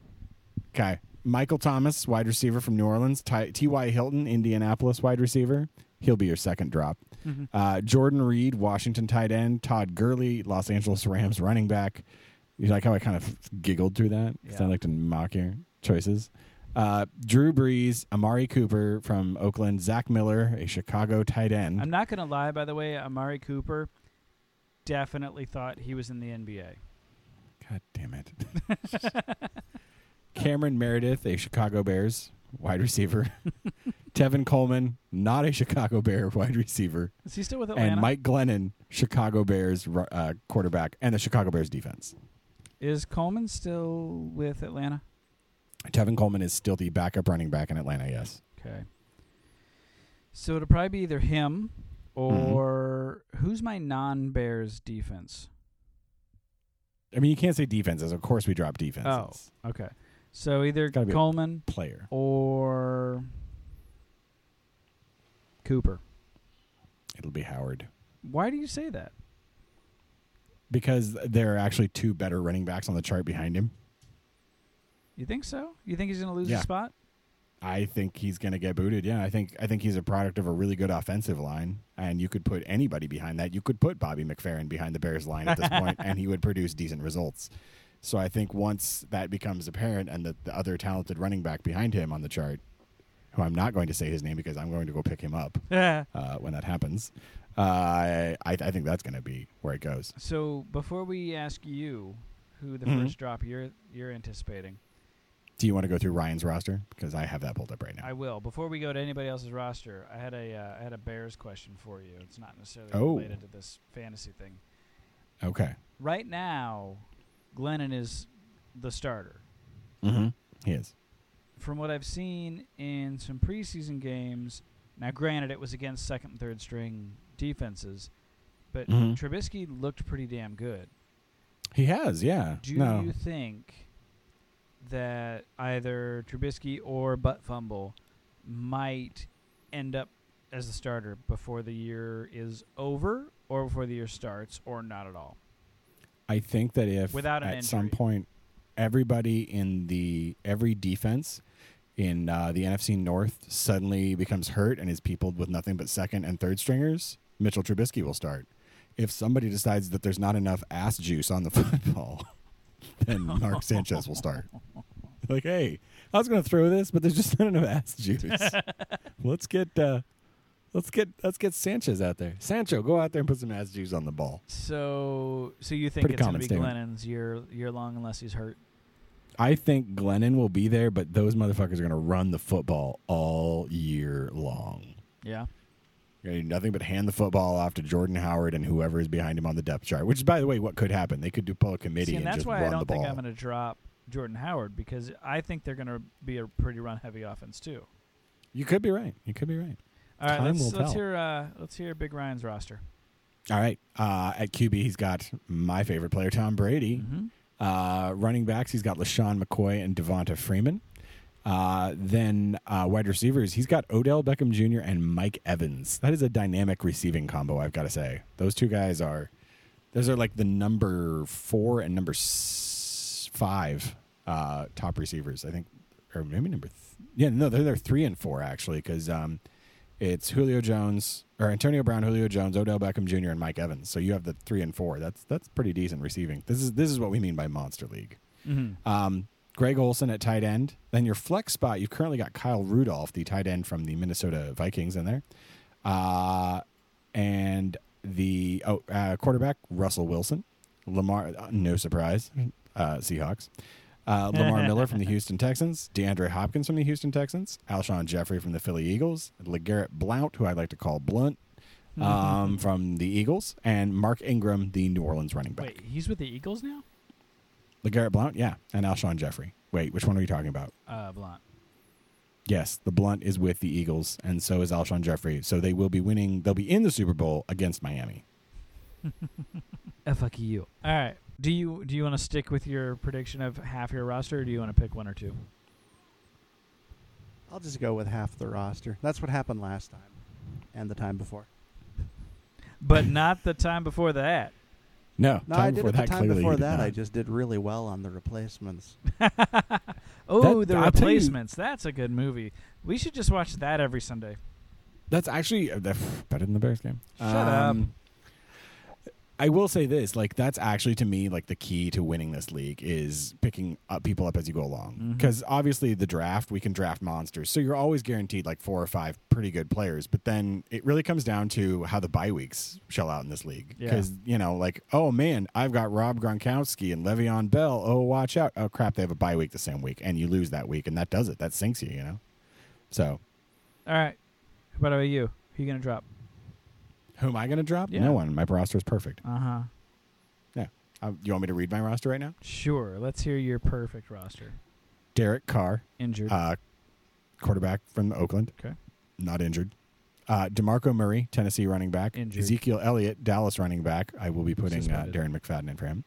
[SPEAKER 4] Okay. Michael Thomas, wide receiver from New Orleans. Ty- T.Y. Hilton, Indianapolis wide receiver. He'll be your second drop.
[SPEAKER 3] Mm-hmm.
[SPEAKER 4] Uh, Jordan Reed, Washington tight end. Todd Gurley, Los Angeles Rams running back. You like how I kind of giggled through that? Because
[SPEAKER 3] Yeah.
[SPEAKER 4] I like to mock here. choices. Uh, Drew Brees, Amari Cooper from Oakland, Zach Miller, a Chicago tight end.
[SPEAKER 3] I'm not going to lie, by the way, Amari Cooper definitely thought he was in the NBA.
[SPEAKER 4] God damn it. (laughs) Cameron Meredith, a Chicago Bears wide
[SPEAKER 3] (laughs)
[SPEAKER 4] receiver. Tevin Coleman, not a Chicago Bear wide receiver.
[SPEAKER 3] (laughs) Is he still (laughs) with Atlanta?
[SPEAKER 4] And Mike Glennon, Chicago Bears ru- uh, quarterback, and the Chicago Bears defense.
[SPEAKER 3] Is Coleman still with Atlanta?
[SPEAKER 4] Tevin Coleman is still the backup running back in Atlanta, yes.
[SPEAKER 3] Okay. So it'll probably be either him
[SPEAKER 4] Mm-hmm.
[SPEAKER 3] or who's my non Bears defense?
[SPEAKER 4] I mean, you can't say defenses. Of course, we drop defenses.
[SPEAKER 3] Oh, okay. So either
[SPEAKER 4] Gotta be a-
[SPEAKER 3] Coleman
[SPEAKER 4] Player.
[SPEAKER 3] or Cooper.
[SPEAKER 4] It'll be Howard.
[SPEAKER 3] Why do you say that?
[SPEAKER 4] Because there are actually two better running backs on the chart behind him.
[SPEAKER 3] You think so? You think he's going to lose
[SPEAKER 4] Yeah.
[SPEAKER 3] his spot? (laughs)
[SPEAKER 4] I think he's going to get booted. Yeah, I think I think he's a product of a really good offensive line, and you could put anybody behind that. You could put Bobby McFerrin behind the Bears line at this point, and he would produce decent results. So I think once that becomes apparent, and the, the other talented running back behind him on the chart, who I'm not going to say his name because I'm going to go pick him up
[SPEAKER 3] Yeah.
[SPEAKER 4] uh, when that happens, uh, I, I think that's going to be where it goes.
[SPEAKER 3] So before we ask you who the
[SPEAKER 4] Mhm.
[SPEAKER 3] first drop you're you're anticipating,
[SPEAKER 4] Do you want to go through Ryan's roster because I have that pulled up right now?
[SPEAKER 3] I will. Before we go to anybody else's roster, I had a uh, I had a Bears question for you. It's not necessarily
[SPEAKER 4] Oh.
[SPEAKER 3] related to this fantasy thing.
[SPEAKER 4] okay,
[SPEAKER 3] Right now, Glennon is the starter.
[SPEAKER 4] mm-hmm. he is.
[SPEAKER 3] From what I've seen in some preseason games, now granted it was against second and third string defenses, but
[SPEAKER 4] Mhm.
[SPEAKER 3] Trubisky looked pretty damn good.
[SPEAKER 4] He has, yeah.
[SPEAKER 3] Do
[SPEAKER 4] no.
[SPEAKER 3] you think that either Trubisky or Butt Fumble might end up as the starter before the year is over, or before the year starts, or not at all?
[SPEAKER 4] I think that if
[SPEAKER 3] Without an
[SPEAKER 4] at some
[SPEAKER 3] injury.
[SPEAKER 4] point everybody in the every defense in uh, the NFC North suddenly becomes hurt and is peopled with nothing but second and third stringers, Mitchell Trubisky will start. If somebody decides that there's not enough ass juice on the (laughs) football, then Mark Sanchez will
[SPEAKER 3] (laughs)
[SPEAKER 4] start. Like, hey, I was going to throw this, but there's just not enough ass
[SPEAKER 3] (laughs)
[SPEAKER 4] juice. let's get, uh, let's get, let's get Sanchez out there. Sancho, go out there and put some ass juice on the ball.
[SPEAKER 3] So, so you think
[SPEAKER 4] Pretty
[SPEAKER 3] it's going to
[SPEAKER 4] common
[SPEAKER 3] be
[SPEAKER 4] statement.
[SPEAKER 3] Glennon's year year long unless he's hurt?
[SPEAKER 4] I think Glennon will be there, but those motherfuckers are going to run the football all year long.
[SPEAKER 3] Yeah.
[SPEAKER 4] You're going to do nothing but hand the football off to Jordan Howard and whoever is behind him on the depth chart, which is, by the way, what could happen. They could do pull a committee
[SPEAKER 3] See,
[SPEAKER 4] and,
[SPEAKER 3] and that's
[SPEAKER 4] just
[SPEAKER 3] why
[SPEAKER 4] run
[SPEAKER 3] I
[SPEAKER 4] the
[SPEAKER 3] don't
[SPEAKER 4] ball.
[SPEAKER 3] think I'm going to drop Jordan Howard because I think they're going to be a pretty run heavy offense too.
[SPEAKER 4] You could be right. You could be right.
[SPEAKER 3] All right,
[SPEAKER 4] Time
[SPEAKER 3] let's,
[SPEAKER 4] will tell.
[SPEAKER 3] let's hear uh, let's hear Big Ryan's roster.
[SPEAKER 4] All right. Uh, at QB, he's got my favorite player, Tom Brady.
[SPEAKER 3] Mhm.
[SPEAKER 4] Uh, running backs, he's got LaShawn McCoy and Devonta Freeman. Uh, then uh, wide receivers, he's got Odell Beckham Jr. and Mike Evans. That is a dynamic receiving combo, I've got to say. Those two guys are, those are like the number four and number s- five uh, top receivers, I think, or maybe number, th- yeah, no, they're, they're three and four actually, because um, it's Julio Jones or Antonio Brown, Julio Jones, Odell Beckham Jr., and Mike Evans. So you have the three and four. That's that's pretty decent receiving. This is this is what we mean by monster league.
[SPEAKER 3] Mm-hmm.
[SPEAKER 4] Um, Greg Olson at tight end. Then your flex spot, you've currently got Kyle Rudolph, the tight end from the Minnesota Vikings, in there, uh, and the oh, uh, quarterback Russell Wilson, Lamar. uh, No surprise, uh, Seahawks. Uh, Lamar Miller from the Houston Texans, DeAndre Hopkins from the Houston Texans, Alshon Jeffrey from the Philly Eagles, LeGarrette Blount, who I like to call Blunt, um, from the Eagles, and Mark Ingram, the New Orleans running back.
[SPEAKER 3] Wait, he's with the Eagles now?
[SPEAKER 4] LeGarrette Blount, yeah, and Alshon Jeffrey. Wait, which one are you talking about?
[SPEAKER 3] Uh, Blunt.
[SPEAKER 4] Yes, the Blunt is with the Eagles, and so is Alshon Jeffrey. So they will be winning. They'll be in the Super Bowl against Miami. Ah,
[SPEAKER 3] fuck you. All right. Do you do you want to stick with your prediction of half your roster, or do you want to pick one or two?
[SPEAKER 8] I'll just go with half the roster. That's what happened last time and the time before.
[SPEAKER 4] (laughs)
[SPEAKER 3] But not the time before that.
[SPEAKER 4] No,
[SPEAKER 8] No,
[SPEAKER 4] time
[SPEAKER 8] I did
[SPEAKER 4] before
[SPEAKER 8] it the
[SPEAKER 4] that.
[SPEAKER 8] time
[SPEAKER 4] clearly
[SPEAKER 8] before
[SPEAKER 4] he did
[SPEAKER 8] that. I
[SPEAKER 4] not.
[SPEAKER 8] just did really well on the replacements.
[SPEAKER 3] oh,
[SPEAKER 4] That-
[SPEAKER 3] the
[SPEAKER 4] I'll tell you-
[SPEAKER 3] replacements. That's a good movie. We should just watch that every Sunday.
[SPEAKER 4] (laughs) That's actually uh, that's better than the Bears game.
[SPEAKER 3] Shut up.
[SPEAKER 4] I will say this, like that's actually to me like the key to winning this league is picking up people up as you go along. Because obviously the draft we can draft monsters, so you're always guaranteed like four or five pretty good players. But then it really comes down to how the bye weeks shell out in this league.
[SPEAKER 3] Yeah.
[SPEAKER 4] Because you know, like oh man, I've got Rob Gronkowski and Le'Veon Bell. Oh watch out! Oh crap, they have a bye week the same week, and you lose that week, and that does it. That sinks you, you know. So
[SPEAKER 3] All right. What about you? Who you gonna drop?
[SPEAKER 4] who am I going to drop?
[SPEAKER 3] Yeah.
[SPEAKER 4] No one. My roster is perfect.
[SPEAKER 3] Uh huh.
[SPEAKER 4] Yeah. Uh, you want me to read my roster right now?
[SPEAKER 3] Sure. Let's hear your perfect roster.
[SPEAKER 4] Derek Carr.
[SPEAKER 3] Injured.
[SPEAKER 4] uh, quarterback from Oakland.
[SPEAKER 3] Okay.
[SPEAKER 4] Not injured. Uh, DeMarco Murray, Tennessee running back.
[SPEAKER 3] Injured.
[SPEAKER 4] Ezekiel Elliott, Dallas running back. I will be putting uh,
[SPEAKER 3] Suspended.
[SPEAKER 4] Darren McFadden in for him.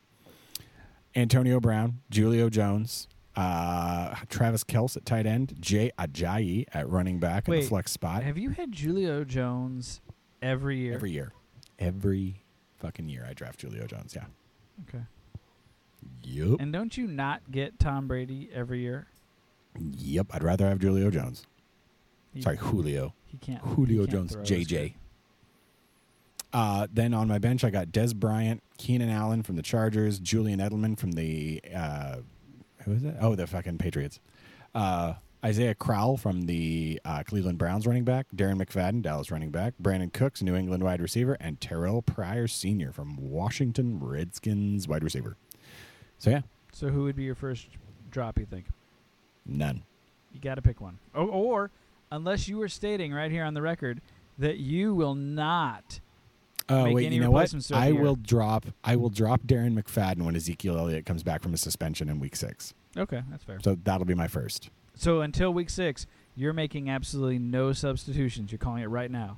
[SPEAKER 4] Antonio Brown, Julio Jones, uh, Travis Kelce at tight end, Jay Ajayi at running back in
[SPEAKER 3] Wait.
[SPEAKER 4] the flex spot.
[SPEAKER 3] Have you had Julio Jones every year?
[SPEAKER 4] Every year. Every fucking year I draft Julio Jones. Yeah.
[SPEAKER 3] Okay.
[SPEAKER 4] Yep.
[SPEAKER 3] And don't you not get Tom Brady every year?
[SPEAKER 4] Yep. I'd rather have Julio Jones.
[SPEAKER 3] He,
[SPEAKER 4] Sorry, Julio.
[SPEAKER 3] He can't. he
[SPEAKER 4] Julio
[SPEAKER 3] can't
[SPEAKER 4] Jones,
[SPEAKER 3] throw as
[SPEAKER 4] JJ. Uh, then on my bench, I got Des Bryant, Keenan Allen from the Chargers, Julian Edelman from the uh, who is it? Oh, the fucking Patriots. Uh, Isaiah Crowell from the uh, Cleveland Browns running back, Darren McFadden, Dallas running back, Brandon Cooks, New England wide receiver, and Terrell Pryor Sr. from Washington Redskins wide receiver. So yeah,
[SPEAKER 3] good. So who would be your first drop? You think
[SPEAKER 4] none.
[SPEAKER 3] you got to pick one, o- or unless you were stating right here on the record that you will not.
[SPEAKER 4] Oh
[SPEAKER 3] Make
[SPEAKER 4] wait,
[SPEAKER 3] any
[SPEAKER 4] you know what?
[SPEAKER 3] replacements so
[SPEAKER 4] I
[SPEAKER 3] here.
[SPEAKER 4] will drop. I will drop Darren McFadden when Ezekiel Elliott comes back from his suspension in Week Six.
[SPEAKER 3] Okay, that's fair.
[SPEAKER 4] So that'll be my first.
[SPEAKER 3] So until week six, you're making absolutely no substitutions. You're calling it right now.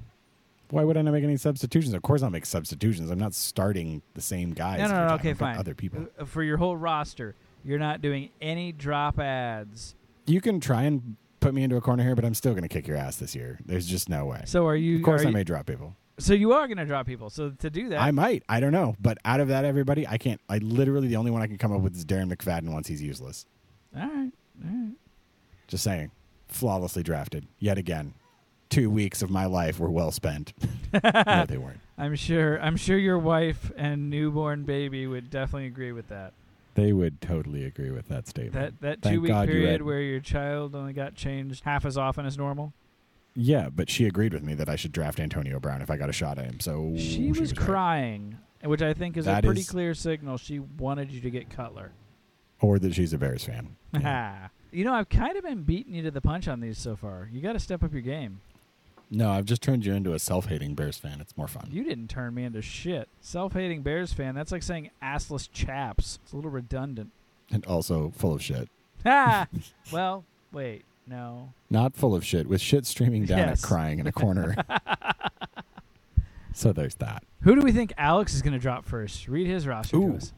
[SPEAKER 4] Why would I not make any substitutions? Of course, I'll make substitutions. I'm not starting the same guys.
[SPEAKER 3] no,
[SPEAKER 4] every
[SPEAKER 3] no, no.
[SPEAKER 4] time.
[SPEAKER 3] Okay,
[SPEAKER 4] I've got
[SPEAKER 3] fine.
[SPEAKER 4] Other people.
[SPEAKER 3] Uh, for your whole roster, you're not doing any drop ads.
[SPEAKER 4] You can try and put me into a corner here, but I'm still going to kick your ass this year. There's just no way.
[SPEAKER 3] So are you?
[SPEAKER 4] of course,
[SPEAKER 3] are
[SPEAKER 4] I
[SPEAKER 3] you-
[SPEAKER 4] may drop people.
[SPEAKER 3] So you are going to drop people. So to do that,
[SPEAKER 4] I might. I don't know. But out of that, everybody, I can't. I literally the only one I can come up with is Darren McFadden once he's useless. (laughs)
[SPEAKER 3] all right, all right.
[SPEAKER 4] Just saying, flawlessly drafted yet again. Two weeks of my life were well spent.
[SPEAKER 3] Ah.
[SPEAKER 4] no, they weren't.
[SPEAKER 3] (laughs) I'm sure. I'm sure your wife and newborn baby would definitely agree with that.
[SPEAKER 4] They would totally agree with that statement.
[SPEAKER 3] That that
[SPEAKER 4] Thank
[SPEAKER 3] two week
[SPEAKER 4] God you
[SPEAKER 3] period
[SPEAKER 4] had-
[SPEAKER 3] where your child only got changed half as often as normal.
[SPEAKER 4] Yeah, but she agreed with me that I should draft Antonio Brown if I got a shot at him. So
[SPEAKER 3] she was,
[SPEAKER 4] right.
[SPEAKER 3] crying, which I think is
[SPEAKER 4] That
[SPEAKER 3] a pretty
[SPEAKER 4] is-
[SPEAKER 3] clear signal she wanted you to get Cutler.
[SPEAKER 4] or that she's a Bears
[SPEAKER 3] (laughs)
[SPEAKER 4] fan. (laughs) Yeah.
[SPEAKER 3] you know, I've kind of been beating you to the punch on these so far. You got to step up your game.
[SPEAKER 4] no, I've just turned you into a self-hating Bears fan. It's more fun.
[SPEAKER 3] You didn't turn me into shit. Self hating Bears fan. That's like saying assless chaps. It's a little redundant. (laughs)
[SPEAKER 4] and also full of shit.
[SPEAKER 3] Ha! well, wait, no. (laughs)
[SPEAKER 4] Not full of shit, with shit streaming down and
[SPEAKER 3] Yes.
[SPEAKER 4] crying in a
[SPEAKER 3] (laughs)
[SPEAKER 4] corner. so there's that.
[SPEAKER 3] Who do we think Alex is going to drop first? Read his roster to
[SPEAKER 4] Ooh.
[SPEAKER 3] us.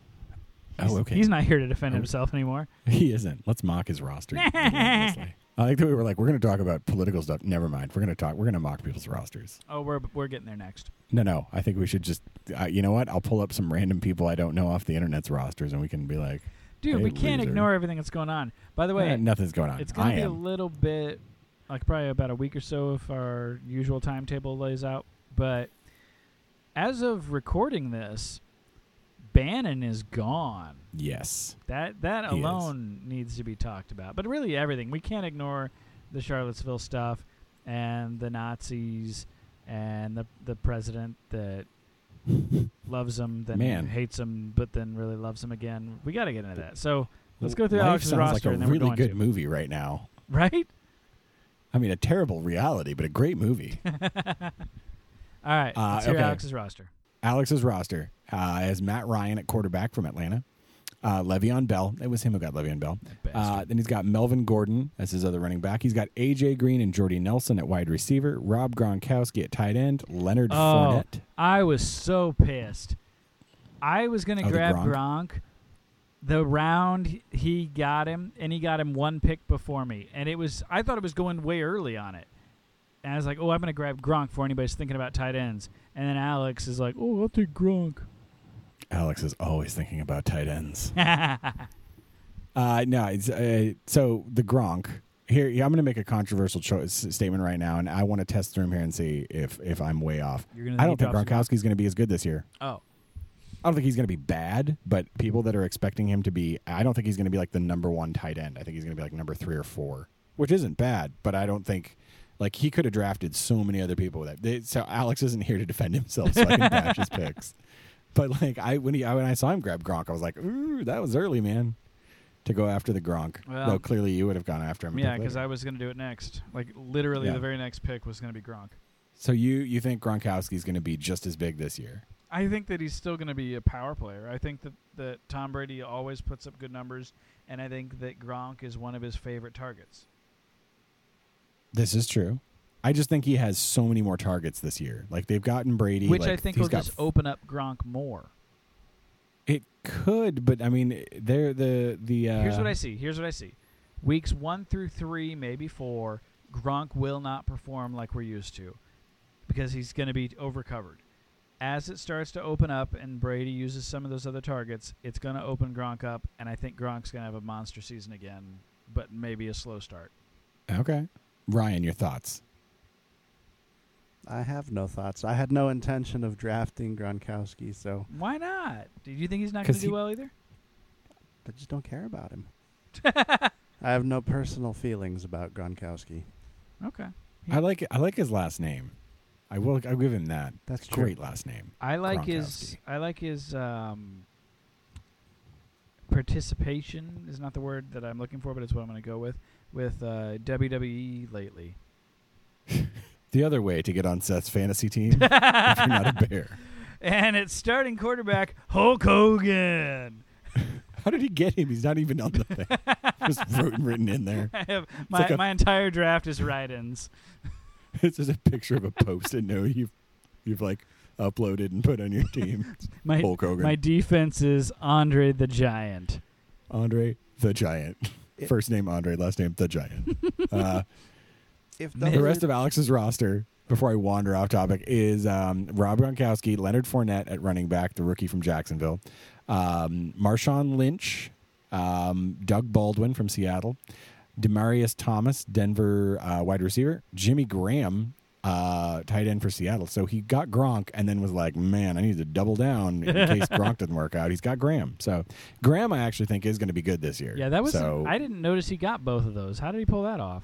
[SPEAKER 4] Oh, okay.
[SPEAKER 3] He's not here to defend
[SPEAKER 4] Oh.
[SPEAKER 3] himself anymore.
[SPEAKER 4] he isn't. Let's mock his
[SPEAKER 3] (laughs)
[SPEAKER 4] roster. relentlessly. I like that we were like, we're going to talk about political stuff. Never mind. We're going to talk. We're going to mock people's rosters.
[SPEAKER 3] Oh, we're we're getting there next.
[SPEAKER 4] No, no. I think we should just. Uh, you know what? I'll pull up some random people I don't know off the internet's rosters, and we can be like,
[SPEAKER 3] Dude,
[SPEAKER 4] Hey,
[SPEAKER 3] we can't
[SPEAKER 4] loser.
[SPEAKER 3] ignore everything that's going on. By the way,
[SPEAKER 4] eh, nothing's going on.
[SPEAKER 3] it's
[SPEAKER 4] I
[SPEAKER 3] going to be a
[SPEAKER 4] am.
[SPEAKER 3] little bit, like probably about a week or so if our usual timetable lays out. But as of recording this, Bannon is gone.
[SPEAKER 4] yes.
[SPEAKER 3] That that
[SPEAKER 4] He is.
[SPEAKER 3] alone needs to be talked about. But really, everything we can't ignore the Charlottesville stuff and the Nazis and the the president that loves them, then
[SPEAKER 4] Man.
[SPEAKER 3] hates them, but then really loves them again. We got to get into that. So let's go through
[SPEAKER 4] Life
[SPEAKER 3] Alex's
[SPEAKER 4] sounds
[SPEAKER 3] roster
[SPEAKER 4] like a
[SPEAKER 3] and then
[SPEAKER 4] really
[SPEAKER 3] we're going
[SPEAKER 4] good
[SPEAKER 3] to
[SPEAKER 4] movie right now.
[SPEAKER 3] (laughs) right.
[SPEAKER 4] I mean, a terrible reality, but a great movie.
[SPEAKER 3] (laughs) All right,
[SPEAKER 4] Uh,
[SPEAKER 3] let's hear
[SPEAKER 4] okay.
[SPEAKER 3] Alex's roster.
[SPEAKER 4] Alex's roster uh, has Matt Ryan at quarterback from Atlanta. Uh, Le'Veon Bell. It was him who got Le'Veon Bell. Uh, then he's got Melvin Gordon as his other running back. He's got A.J. Green and Jordy Nelson at wide receiver. Rob Gronkowski at tight end. Leonard
[SPEAKER 3] Oh,
[SPEAKER 4] Fournette.
[SPEAKER 3] I was so pissed. I was going to
[SPEAKER 4] Oh, the
[SPEAKER 3] grab Gronk.
[SPEAKER 4] Gronk?
[SPEAKER 3] The round he- he got him, and he got him one pick before me, and it was I thought it was going way early on it, and I was like, oh, I'm going to grab Gronk for anybody's thinking about tight ends, and then Alex is like, oh, I'll take Gronk.
[SPEAKER 4] Alex is always thinking about tight
[SPEAKER 3] (laughs)
[SPEAKER 4] ends.
[SPEAKER 3] okay,
[SPEAKER 4] Uh, no, it's, uh, so the Gronk here. yeah, I'm going to make a controversial cho- s- statement right now, and I want to test the room here and see if if I'm way off.
[SPEAKER 3] You're gonna
[SPEAKER 4] I don't
[SPEAKER 3] think
[SPEAKER 4] think
[SPEAKER 3] he drops
[SPEAKER 4] Gronkowski's going to be as good this year.
[SPEAKER 3] oh,
[SPEAKER 4] I don't think he's going to be bad, but people that are expecting him to be, I don't think he's going to be like the number one tight end. I think he's going to be like number three or four, which isn't bad, but I don't think like he could have drafted so many other people with that. They, so Alex isn't here to defend himself, so I can bash his picks. But like I when he I, when I saw him grab Gronk, I was like, ooh, that was early, man, to go after the Gronk.
[SPEAKER 3] Well-
[SPEAKER 4] Though clearly you would have gone after him.
[SPEAKER 3] Yeah, because I was going to do it next. Like literally,
[SPEAKER 4] Yeah.
[SPEAKER 3] the very next pick was going to be Gronk.
[SPEAKER 4] So you you think Gronkowski's going to be just as big this year?
[SPEAKER 3] I think that he's still going to be a power player. I think that, that Tom Brady always puts up good numbers, and I think that Gronk is one of his favorite targets.
[SPEAKER 4] This is true. I just think he has so many more targets this year. Like they've gotten Brady,
[SPEAKER 3] which
[SPEAKER 4] like,
[SPEAKER 3] I think
[SPEAKER 4] he's
[SPEAKER 3] will
[SPEAKER 4] got-
[SPEAKER 3] just open up Gronk more.
[SPEAKER 4] It could, but I mean, they're the the. Uh,
[SPEAKER 3] Here's what I see. Here's what I see. Weeks one through three, maybe four, Gronk will not perform like we're used to because he's going to be overcovered. As it starts to open up and Brady uses some of those other targets, it's going to open Gronk up, and I think Gronk's going to have a monster season again, but maybe a slow start.
[SPEAKER 4] Okay, Ryan, your thoughts?
[SPEAKER 8] I have no thoughts. I had no intention of drafting Gronkowski, so
[SPEAKER 3] Why not? Do you think he's not going
[SPEAKER 4] 'Cause
[SPEAKER 3] to do
[SPEAKER 4] he-
[SPEAKER 3] well either?
[SPEAKER 8] I just don't care about him. I have no personal feelings about Gronkowski.
[SPEAKER 3] (laughs) Okay.
[SPEAKER 4] I like I like his last name. I will I'll give him that.
[SPEAKER 8] That's true.
[SPEAKER 4] Great last name.
[SPEAKER 3] I like his. I like his um, participation is not the word that I'm looking for, but it's what I'm going to go with with uh, WWE lately.
[SPEAKER 4] The other way to get on Seth's fantasy team if you're
[SPEAKER 3] (laughs)
[SPEAKER 4] not a bear.
[SPEAKER 3] And it's starting quarterback Hulk Hogan.
[SPEAKER 4] How did he get him? He's not even on the thing. (laughs) just written, written in there.
[SPEAKER 3] (laughs) I have my
[SPEAKER 4] like a-
[SPEAKER 3] my entire draft is write-ins.
[SPEAKER 4] It's just a picture of a post and note you've you've like uploaded and put on your team.
[SPEAKER 3] (laughs) My
[SPEAKER 4] Hulk Hogan.
[SPEAKER 3] my defense is Andre the Giant.
[SPEAKER 4] Andre the Giant. First name Andre, last name the
[SPEAKER 3] (laughs)
[SPEAKER 4] Giant. Uh,
[SPEAKER 8] If
[SPEAKER 3] The
[SPEAKER 4] the rest of Alex's roster, before I wander off topic, is um, Rob Gronkowski, Leonard Fournette at running back, the rookie from Jacksonville, um, Marshawn Lynch, um, Doug Baldwin from Seattle, Demarius Thomas, Denver uh, wide receiver, Jimmy Graham. Uh, tight end for Seattle. So he got Gronk and then was like, man, I need to double down in case Gronk doesn't work out. He's got Graham. So Graham, I actually think, is going to be good this year.
[SPEAKER 3] Yeah, that was.
[SPEAKER 4] So,
[SPEAKER 3] I didn't notice he got both of those. How did he pull that off?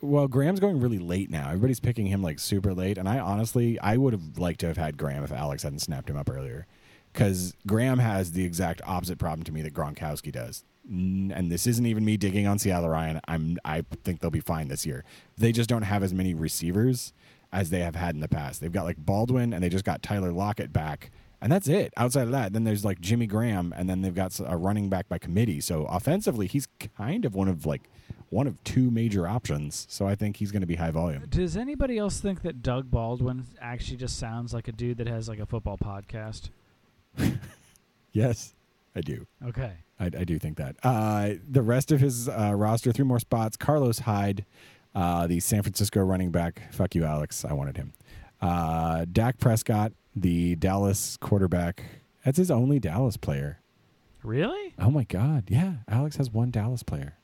[SPEAKER 4] well, Graham's going really late now. Everybody's picking him like super late, and I honestly, I would have liked to have had Graham if Alex hadn't snapped him up earlier, because Graham has the exact opposite problem to me that Gronkowski does. N- And this isn't even me digging on Seattle Ryan. I'm I think they'll be fine this year. They just don't have as many receivers as they have had in the past. They've got like Baldwin, and they just got Tyler Lockett back, and that's it. Outside of that, then there's like Jimmy Graham, and then they've got a running back by committee. So offensively, he's kind of one of like one of two major options. So I think he's going to be high volume.
[SPEAKER 3] Does anybody else think that Doug Baldwin actually just sounds like a dude that has like a football podcast?
[SPEAKER 4] Yes, I do.
[SPEAKER 3] Okay.
[SPEAKER 4] I, I do think that. Uh, the rest of his uh, roster, three more spots. Carlos Hyde, uh, the San Francisco running back. Fuck you, Alex. I wanted him. Uh, Dak Prescott, the Dallas quarterback. That's his only Dallas player.
[SPEAKER 3] Really?
[SPEAKER 4] Oh my God! Yeah, Alex has one Dallas player.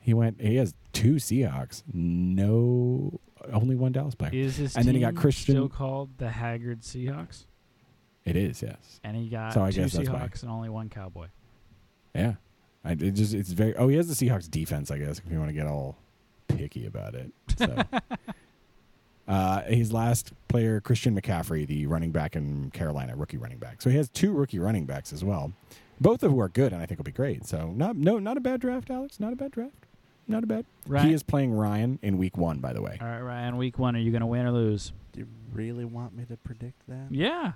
[SPEAKER 4] He went. He has two Seahawks. No, only one Dallas player.
[SPEAKER 3] Is his
[SPEAKER 4] And then he got
[SPEAKER 3] team
[SPEAKER 4] Christian-
[SPEAKER 3] still called the Haggard Seahawks?
[SPEAKER 4] It is yes.
[SPEAKER 3] And he got
[SPEAKER 4] So I
[SPEAKER 3] two
[SPEAKER 4] guess that's
[SPEAKER 3] Seahawks
[SPEAKER 4] why.
[SPEAKER 3] and only one Cowboy.
[SPEAKER 4] Yeah, I, it just it's very. Oh, he has the Seahawks defense, I guess. If you want to get all picky about it.
[SPEAKER 3] (laughs)
[SPEAKER 4] So. Uh, his last player, Christian McCaffrey, the running back in Carolina, rookie running back. So he has two rookie running backs as well, both of who are good, and I think will be great. So not no not a bad draft, Alex. Not a bad draft. Not a bad.
[SPEAKER 3] Ryan-
[SPEAKER 4] He is playing Ryan in week one, by the way.
[SPEAKER 3] All right, Ryan, week one, are you going to win or lose?
[SPEAKER 8] Do you really want me to predict that?
[SPEAKER 3] Yeah.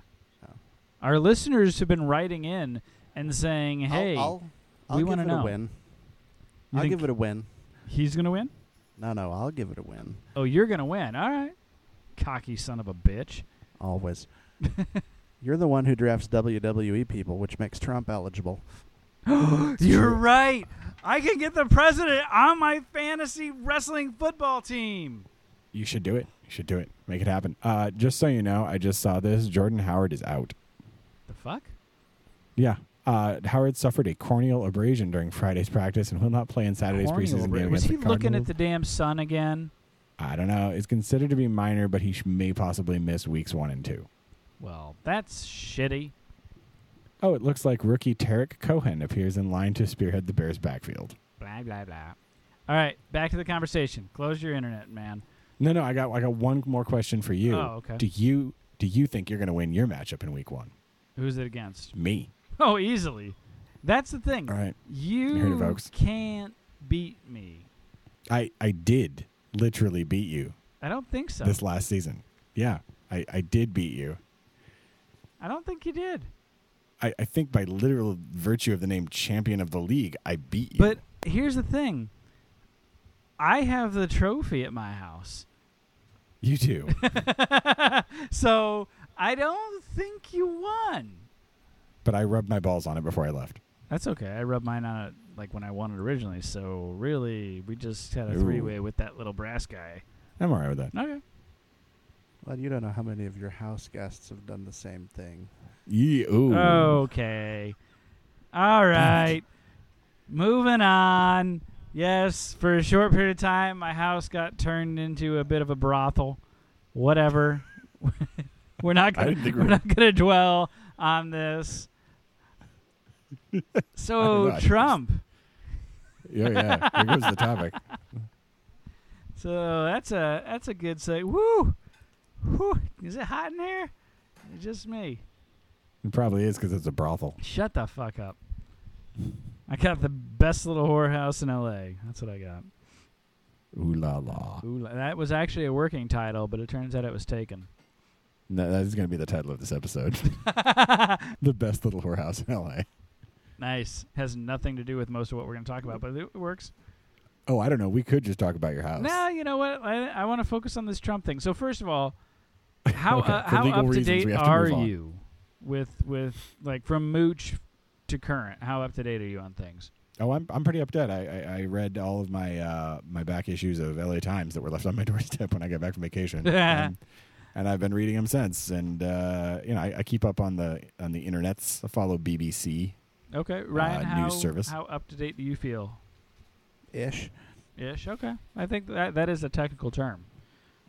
[SPEAKER 8] Oh.
[SPEAKER 3] Our listeners have been writing in and saying,
[SPEAKER 8] I'll-
[SPEAKER 3] hey,
[SPEAKER 8] I'll, I'll,
[SPEAKER 3] we
[SPEAKER 8] give
[SPEAKER 3] wanna
[SPEAKER 8] it
[SPEAKER 3] know.
[SPEAKER 8] a win.
[SPEAKER 3] You
[SPEAKER 8] I'll
[SPEAKER 3] think-
[SPEAKER 8] give it a win.
[SPEAKER 3] he's going to win?
[SPEAKER 8] No, no, I'll give it a win.
[SPEAKER 3] Oh, you're going to win. All right. Cocky son of a bitch.
[SPEAKER 8] Always. (laughs) You're the one who drafts WWE people, which makes Trump eligible.
[SPEAKER 3] You're right. I can get the president on my fantasy wrestling football team.
[SPEAKER 4] You should do it. You should do it. Make it happen. Uh, just so you know, I just saw this. Jordan Howard is out.
[SPEAKER 3] The fuck?
[SPEAKER 4] Yeah. Uh, Howard suffered a corneal abrasion during Friday's practice and will not play in Saturday's
[SPEAKER 3] Corneal
[SPEAKER 4] preseason
[SPEAKER 3] abrasion.
[SPEAKER 4] game.
[SPEAKER 3] Was
[SPEAKER 4] against
[SPEAKER 3] he
[SPEAKER 4] the
[SPEAKER 3] looking at
[SPEAKER 4] Cardinals.
[SPEAKER 3] the damn sun again?
[SPEAKER 4] I don't know. It's considered to be minor, but he sh- may possibly miss weeks one and two.
[SPEAKER 3] Well, that's shitty.
[SPEAKER 4] Oh, it looks like rookie Tarek Cohen appears in line to spearhead the Bears' backfield.
[SPEAKER 3] Blah blah blah. All right, back to the conversation. Close your internet, man.
[SPEAKER 4] No, no, I got I got one more question for you.
[SPEAKER 3] Oh, okay.
[SPEAKER 4] Do you do you think you're going to win your matchup in week one?
[SPEAKER 3] Who's it against? (laughs)
[SPEAKER 4] Me.
[SPEAKER 3] Oh, easily. That's the thing.
[SPEAKER 4] All right. You heard it,
[SPEAKER 3] You
[SPEAKER 4] folks.
[SPEAKER 3] can't beat me.
[SPEAKER 4] I I did literally beat you
[SPEAKER 3] I don't think so.
[SPEAKER 4] this last season. Yeah, I I did beat you.
[SPEAKER 3] I don't think you did.
[SPEAKER 4] I, I think by literal virtue of the name champion of the league, I beat you.
[SPEAKER 3] But here's the thing. I have the trophy at my house.
[SPEAKER 4] you do.
[SPEAKER 3] (laughs) so I don't think you won.
[SPEAKER 4] but I rubbed my balls on it before I left.
[SPEAKER 3] That's okay. I rubbed mine on it like when I won it originally. So really, we just had a
[SPEAKER 4] Ooh.
[SPEAKER 3] three way with that little brass guy.
[SPEAKER 4] I'm all right with that.
[SPEAKER 3] Okay.
[SPEAKER 8] Well, you don't know how many of your house guests have done the same thing.
[SPEAKER 4] Yeah. Ooh.
[SPEAKER 3] Oh. Okay. All right. Moving on. Yes, for a short period of time, my house got turned into a bit of a brothel. Whatever. (laughs) we're not
[SPEAKER 4] I
[SPEAKER 3] gonna,
[SPEAKER 4] didn't think we
[SPEAKER 3] we're
[SPEAKER 4] were-
[SPEAKER 3] not going to dwell on this.
[SPEAKER 4] (laughs) know. I
[SPEAKER 3] So
[SPEAKER 4] just-
[SPEAKER 3] Trump.
[SPEAKER 4] Yeah, yeah. Here goes the topic.
[SPEAKER 3] So that's a that's a good say. Woo, woo! Is it hot in here? It's just me.
[SPEAKER 4] It probably is because it's a brothel.
[SPEAKER 3] Shut the fuck up. I got the best little whorehouse in L.A. That's what I got.
[SPEAKER 4] Ooh la la.
[SPEAKER 3] Ooh, la- that was actually a working title, but it turns out it was taken. (laughs)
[SPEAKER 4] No, that is going to be the title of this episode. (laughs) the best little whorehouse in LA.
[SPEAKER 3] Nice. Has nothing to do with most of what we're going to talk about, but it works.
[SPEAKER 4] Oh, I don't know. We could just talk about your house.
[SPEAKER 3] Now you know what? I, I want to focus on this Trump thing. So first
[SPEAKER 4] (laughs)
[SPEAKER 3] of all, how
[SPEAKER 4] Okay,
[SPEAKER 3] uh,
[SPEAKER 4] for
[SPEAKER 3] how
[SPEAKER 4] legal
[SPEAKER 3] up to
[SPEAKER 4] reasons,
[SPEAKER 3] date
[SPEAKER 4] we have to
[SPEAKER 3] are
[SPEAKER 4] move on.
[SPEAKER 3] you with with like from mooch to current? How up to date are you on things?
[SPEAKER 4] Oh, I'm I'm pretty up to date. I, I I read all of my uh my back issues of LA Times that were left on my (laughs) doorstep when I got back from vacation, and, and I've been reading them since. And uh, you know, I, I keep up on the on the internets. I follow BBC.
[SPEAKER 3] Okay, Ryan,
[SPEAKER 4] Uh, news
[SPEAKER 3] how
[SPEAKER 4] service.
[SPEAKER 3] how up to date do you feel?
[SPEAKER 8] Ish.
[SPEAKER 3] Ish. Okay, I think that that is a technical term.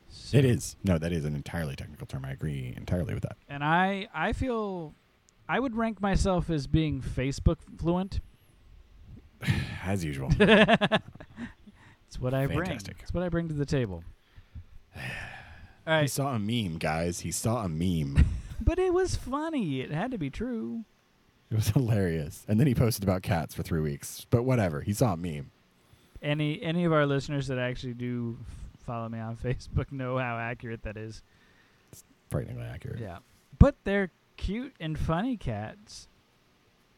[SPEAKER 3] So-
[SPEAKER 4] It is no, that is an entirely technical term. I agree entirely with that.
[SPEAKER 3] and I I feel I would rank myself as being Facebook fluent. (laughs)
[SPEAKER 4] As usual,
[SPEAKER 3] It's what I
[SPEAKER 4] Fantastic.
[SPEAKER 3] bring. It's what I bring to the
[SPEAKER 4] (sighs)
[SPEAKER 3] table. All right,
[SPEAKER 4] he saw a meme, guys. He saw a meme.
[SPEAKER 3] but it was funny. It had to be true.
[SPEAKER 4] It was hilarious. And then he posted about cats for three weeks. But whatever, he saw a meme.
[SPEAKER 3] Any any of our listeners that actually do f- follow me on (laughs) Facebook know how accurate that is.
[SPEAKER 4] Frighteningly accurate.
[SPEAKER 3] Yeah, but they're cute and funny cats.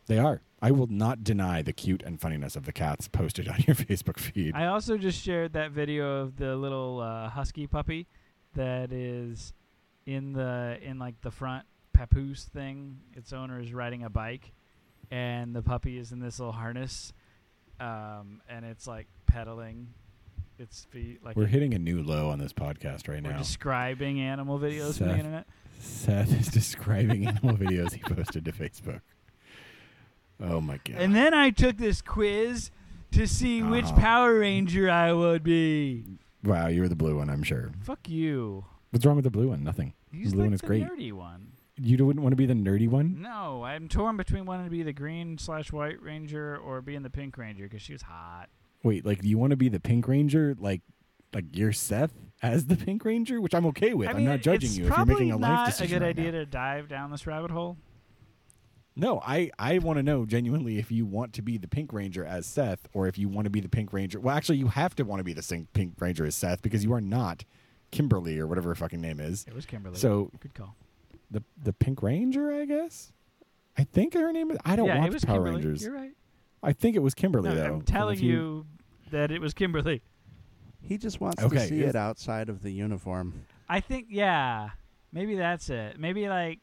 [SPEAKER 4] They are. I will not deny the cute and funniness of the cats posted on (laughs) your Facebook feed.
[SPEAKER 3] I also just shared that video of the little uh, husky puppy that is in the in like the front papoose thing. Its owner is riding a bike, and the puppy is in this little harness, um, and it's like pedaling its feet. Like
[SPEAKER 4] We're hitting a new low on this podcast right
[SPEAKER 3] we're
[SPEAKER 4] now.
[SPEAKER 3] describing animal videos from the
[SPEAKER 4] Seth.
[SPEAKER 3] internet.
[SPEAKER 4] (laughs) Seth is describing animal videos he posted to Facebook. Oh my god!
[SPEAKER 3] And then I took this quiz to see which
[SPEAKER 4] Uh-huh.
[SPEAKER 3] Power Ranger I would be.
[SPEAKER 4] wow, you were the blue one, I'm sure.
[SPEAKER 3] Fuck you.
[SPEAKER 4] What's wrong with the blue one? Nothing.
[SPEAKER 3] He's
[SPEAKER 4] blue
[SPEAKER 3] like
[SPEAKER 4] one is
[SPEAKER 3] the
[SPEAKER 4] great.
[SPEAKER 3] nerdy one.
[SPEAKER 4] You wouldn't want to be the nerdy one.
[SPEAKER 3] No, I'm torn between wanting to be the green slash white ranger or being the pink ranger because she was hot.
[SPEAKER 4] Wait, like you want to be the Pink Ranger, like like you're Seth as the Pink Ranger, which I'm okay with.
[SPEAKER 3] I
[SPEAKER 4] I
[SPEAKER 3] mean,
[SPEAKER 4] am not judging
[SPEAKER 3] it's
[SPEAKER 4] you if you're making a
[SPEAKER 3] probably
[SPEAKER 4] life
[SPEAKER 3] not
[SPEAKER 4] decision.
[SPEAKER 3] a good
[SPEAKER 4] right
[SPEAKER 3] idea
[SPEAKER 4] now.
[SPEAKER 3] to dive down this rabbit hole.
[SPEAKER 4] No, I I want to know genuinely if you want to be the Pink Ranger as Seth, or if you want to be the Pink Ranger. Well, actually, you have to want to be the sing- Pink Ranger as Seth because you are not Kimberly or whatever her fucking name is.
[SPEAKER 3] It was Kimberly.
[SPEAKER 4] So
[SPEAKER 3] good call.
[SPEAKER 4] the the Pink Ranger, I guess. I think her name is. I don't
[SPEAKER 3] yeah,
[SPEAKER 4] watch
[SPEAKER 3] it was
[SPEAKER 4] Power
[SPEAKER 3] Kimberly.
[SPEAKER 4] Rangers.
[SPEAKER 3] You're right.
[SPEAKER 4] I think it was Kimberly
[SPEAKER 3] No,
[SPEAKER 4] though.
[SPEAKER 3] I'm
[SPEAKER 4] And
[SPEAKER 3] telling
[SPEAKER 4] if
[SPEAKER 3] you, that it was Kimberly.
[SPEAKER 8] He just wants
[SPEAKER 4] Okay,
[SPEAKER 8] to see
[SPEAKER 4] yes.
[SPEAKER 8] it outside of the uniform.
[SPEAKER 3] I think yeah, maybe that's it. Maybe like.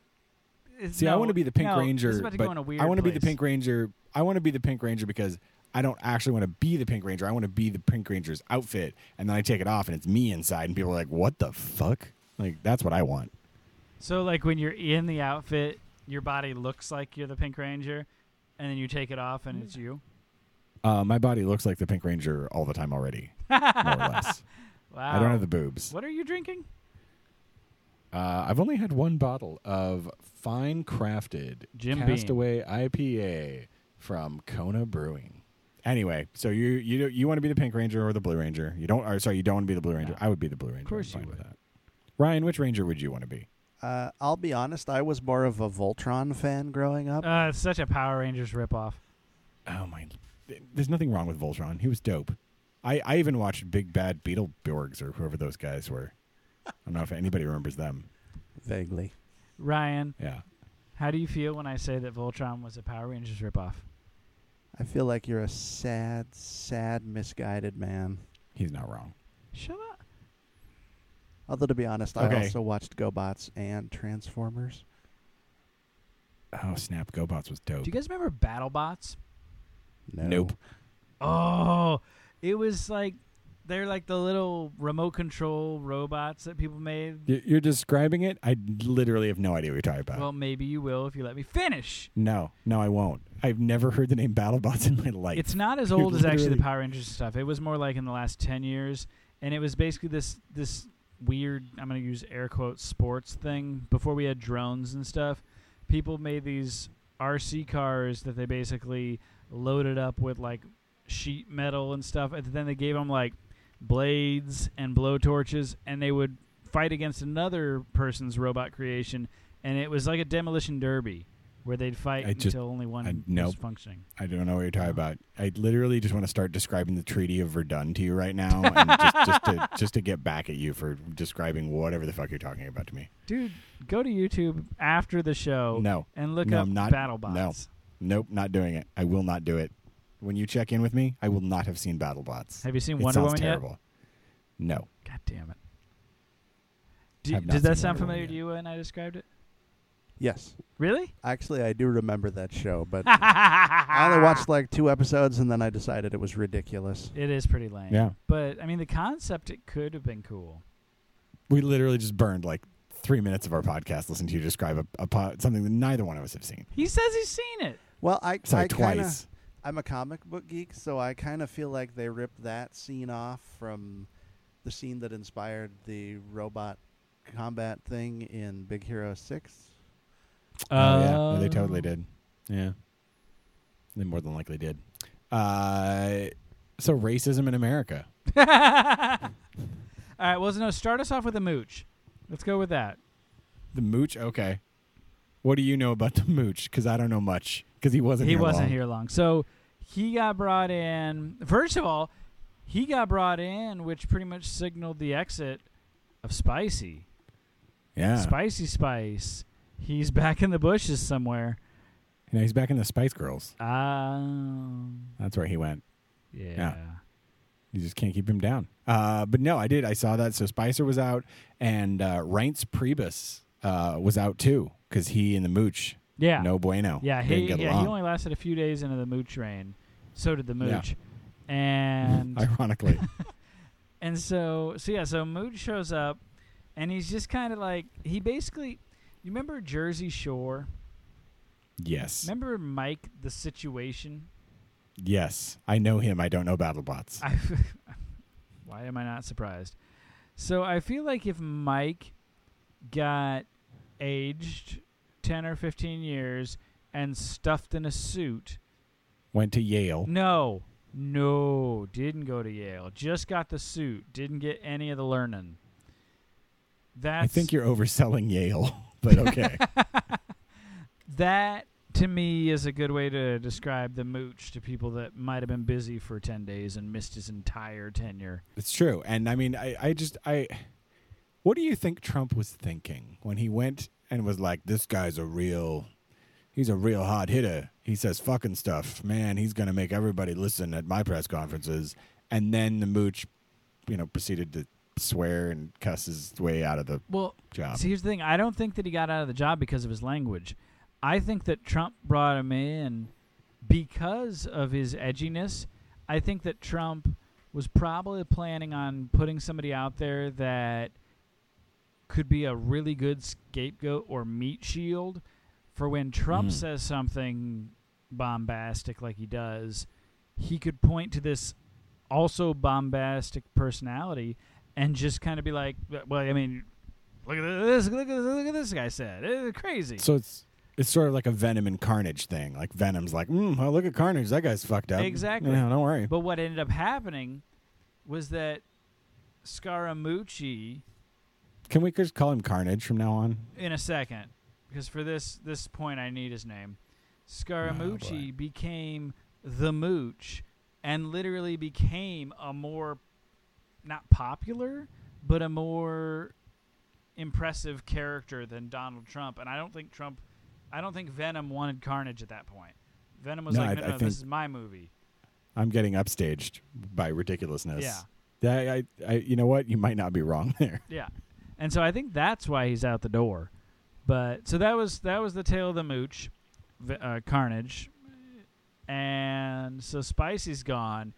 [SPEAKER 3] it's-
[SPEAKER 4] See, I
[SPEAKER 3] no,
[SPEAKER 4] want to be the Pink
[SPEAKER 3] no, this
[SPEAKER 4] Ranger,
[SPEAKER 3] is about to
[SPEAKER 4] but
[SPEAKER 3] go in a weird
[SPEAKER 4] I want to be the
[SPEAKER 3] place.
[SPEAKER 4] Pink Ranger. I want to be the Pink Ranger because I don't actually want to be the Pink Ranger. I want to be the Pink Ranger's outfit, and then I take it off, and it's me inside, and people are like, "What the fuck?" Like that's what I want.
[SPEAKER 3] So like when you're in the outfit, your body looks like you're the pink ranger, and then you take it off and it's you.
[SPEAKER 4] Uh, my body looks like the Pink Ranger all the
[SPEAKER 3] (laughs)
[SPEAKER 4] time already, more or less.
[SPEAKER 3] Wow.
[SPEAKER 4] I don't have the boobs.
[SPEAKER 3] What are you drinking?
[SPEAKER 4] Uh, I've only had one bottle of fine crafted
[SPEAKER 3] Jim Beam.
[SPEAKER 4] Castaway IPA from Kona Brewing. Anyway, so you you you want to be the Pink Ranger or the Blue Ranger? You don't. Or sorry, you don't want to be the Blue Ranger. I would be the Blue Ranger. Of
[SPEAKER 3] course you
[SPEAKER 4] With that. Ryan, which Ranger would you want to be?
[SPEAKER 8] Uh, I'll be honest, I was more of a Voltron fan growing up.
[SPEAKER 3] Uh, it's such a Power Rangers ripoff.
[SPEAKER 4] Oh my! There's nothing wrong with Voltron. He was dope. I I even watched Big Bad Beetleborgs or whoever those guys were. I don't know if anybody remembers them.
[SPEAKER 8] Vaguely.
[SPEAKER 3] Ryan,
[SPEAKER 4] Yeah.
[SPEAKER 3] how do you feel when I say that Voltron was a Power Rangers ripoff?
[SPEAKER 8] I feel like you're a sad, sad, misguided man.
[SPEAKER 4] He's not wrong.
[SPEAKER 3] Shut up.
[SPEAKER 8] Although, to be honest, I
[SPEAKER 4] Okay.
[SPEAKER 8] also watched GoBots and Transformers.
[SPEAKER 4] Oh snap! GoBots was dope.
[SPEAKER 3] Do you guys remember BattleBots?
[SPEAKER 8] No.
[SPEAKER 4] Nope.
[SPEAKER 3] Oh, it was like they're like the little remote control robots that people made.
[SPEAKER 4] Y- You're describing it. I literally have no idea what you're talking about.
[SPEAKER 3] Well, maybe you will if you let me finish.
[SPEAKER 4] no, no, I won't. I've never heard the name BattleBots in my life.
[SPEAKER 3] It's not as
[SPEAKER 4] You're
[SPEAKER 3] old as actually the
[SPEAKER 4] literally-
[SPEAKER 3] Power Rangers stuff. It was more like in the last ten years, and it was basically this this weird. I'm going to use air quotes sports thing. Before we had drones and stuff, people made these RC cars that they basically loaded up with like sheet metal and stuff, and then they gave them like blades and blowtorches, and they would fight against another person's robot creation, and it was like a demolition derby where they'd fight
[SPEAKER 4] I just-
[SPEAKER 3] until only one
[SPEAKER 4] I-
[SPEAKER 3] was
[SPEAKER 4] nope.
[SPEAKER 3] functioning.
[SPEAKER 4] I don't know what you're talking about. I literally just want to start describing the Treaty of Verdun to you right now, and just,
[SPEAKER 3] (laughs)
[SPEAKER 4] just to just to get back at you for describing whatever the fuck you're talking about to me.
[SPEAKER 3] Dude, go to YouTube after the show
[SPEAKER 4] No,
[SPEAKER 3] and look
[SPEAKER 4] No,
[SPEAKER 3] up
[SPEAKER 4] I'm not-
[SPEAKER 3] BattleBots.
[SPEAKER 4] no. nope, not doing it. I will not do it. When you check in with me, I will not have seen BattleBots.
[SPEAKER 3] Have you seen
[SPEAKER 4] it
[SPEAKER 3] Wonder
[SPEAKER 4] sounds
[SPEAKER 3] Woman
[SPEAKER 4] terrible. No,
[SPEAKER 3] yet? God damn it. Do-
[SPEAKER 4] Have not
[SPEAKER 3] does that
[SPEAKER 4] seen
[SPEAKER 3] sound
[SPEAKER 4] Wonder Woman
[SPEAKER 3] familiar
[SPEAKER 4] yet.
[SPEAKER 3] to you when I described it?
[SPEAKER 8] Yes.
[SPEAKER 3] (laughs) Really?
[SPEAKER 8] Actually, I do remember that show, but I
[SPEAKER 3] I
[SPEAKER 8] only watched like two episodes and then I decided it was ridiculous.
[SPEAKER 3] It is pretty lame.
[SPEAKER 4] Yeah.
[SPEAKER 3] But I mean the concept it could have been cool.
[SPEAKER 4] we literally just burned like three minutes of our podcast listening to you describe a, a po- something that neither one of us have seen.
[SPEAKER 3] He says he's seen
[SPEAKER 4] (laughs)
[SPEAKER 3] it.
[SPEAKER 8] Well, I,
[SPEAKER 4] Sorry,
[SPEAKER 8] I kinda,
[SPEAKER 4] twice.
[SPEAKER 8] I'm a comic book geek, so I kind of feel like they ripped that scene off from the scene that inspired the robot combat thing in Big Hero 6.
[SPEAKER 4] Oh, yeah. No, they totally did. Yeah. They more than likely did. Uh, so racism in America.
[SPEAKER 3] All right, well no, start us off with a mooch. Let's go with that.
[SPEAKER 4] The mooch, okay. What do you know about the mooch? Because I don't know much. Because he wasn't
[SPEAKER 3] he
[SPEAKER 4] here.
[SPEAKER 3] wasn't
[SPEAKER 4] long.
[SPEAKER 3] here long. So he got brought in. First of all, he got brought in, which pretty much signaled the exit of Spicy.
[SPEAKER 4] Yeah.
[SPEAKER 3] Spicy Spice. He's back in the bushes somewhere.
[SPEAKER 4] You know, he's back in the Spice Girls.
[SPEAKER 3] Um,
[SPEAKER 4] That's where he went.
[SPEAKER 3] yeah.
[SPEAKER 4] You just can't keep him down. Uh, but no, I did. I saw that. So Spicer was out, and uh, Reince Priebus uh, was out too. Because he and the mooch,
[SPEAKER 3] Yeah.
[SPEAKER 4] no bueno.
[SPEAKER 3] Yeah,
[SPEAKER 4] Didn't
[SPEAKER 3] he,
[SPEAKER 4] get
[SPEAKER 3] yeah,
[SPEAKER 4] along.
[SPEAKER 3] he only lasted a few days into the mooch reign. So did the mooch. And
[SPEAKER 4] (laughs) Ironically.
[SPEAKER 3] (laughs) And so, so yeah, so Mood shows up, and he's just kind of like he basically. You remember Jersey Shore?
[SPEAKER 4] yes.
[SPEAKER 3] Remember Mike the Situation? (laughs)
[SPEAKER 4] Yes, I know him. I don't know BattleBots.
[SPEAKER 3] I, why am I not surprised? So I feel like if Mike got aged ten or fifteen years and stuffed in a suit,
[SPEAKER 4] Went to Yale.
[SPEAKER 3] no, no, didn't go to Yale, just got the suit, didn't get any of the learning. That's
[SPEAKER 4] I think you're overselling Yale, (laughs) but
[SPEAKER 3] (laughs)
[SPEAKER 4] okay.
[SPEAKER 3] that to me is a good way to describe the mooch to people that might have been busy for 10 days and missed his entire tenure.
[SPEAKER 4] it's true. And I mean, I, I just, I, what do you think Trump was thinking when he went and was like, this guy's a real, he's a real hard hitter. He says fucking stuff. Man, he's going to make everybody listen at my press conferences. And then the mooch, you know, proceeded to swear and cuss his way out of the
[SPEAKER 3] Well,
[SPEAKER 4] job.
[SPEAKER 3] see, here's the thing. I don't think that he got out of the job because of his language. I think that Trump brought him in because of his edginess. I think that Trump was probably planning on putting somebody out there that could be a really good scapegoat or meat shield for when Trump
[SPEAKER 4] Mm.
[SPEAKER 3] says something bombastic like he does, he could point to this also bombastic personality and just kind of be like, well, I mean, Look at this! Look at this! Look at this guy said. It's crazy.
[SPEAKER 4] So it's it's sort of like a Venom and Carnage thing. Like Venom's like, mm, well, look at Carnage. That guy's fucked up.
[SPEAKER 3] Exactly.
[SPEAKER 4] No, don't worry.
[SPEAKER 3] But what ended up happening was that Scaramucci,
[SPEAKER 4] Can we just call him Carnage from now on?
[SPEAKER 3] in a second, because for this this point I need his name.
[SPEAKER 4] Oh,
[SPEAKER 3] Scaramucci became the Mooch, and literally became a more not popular, but a more impressive character than Donald Trump. And I don't think Trump, I don't think Venom wanted Carnage at that point. Venom was
[SPEAKER 4] No, I-
[SPEAKER 3] like, no,
[SPEAKER 4] I
[SPEAKER 3] no,
[SPEAKER 4] think-
[SPEAKER 3] this is my movie.
[SPEAKER 4] I'm getting upstaged by ridiculousness.
[SPEAKER 3] Yeah.
[SPEAKER 4] I, I, I, you know what? You might not be wrong (laughs) there.
[SPEAKER 3] Yeah, and so I think that's why he's out the door. But so that was that was the tale of the mooch, v- uh, Carnage, and so Spicy's gone,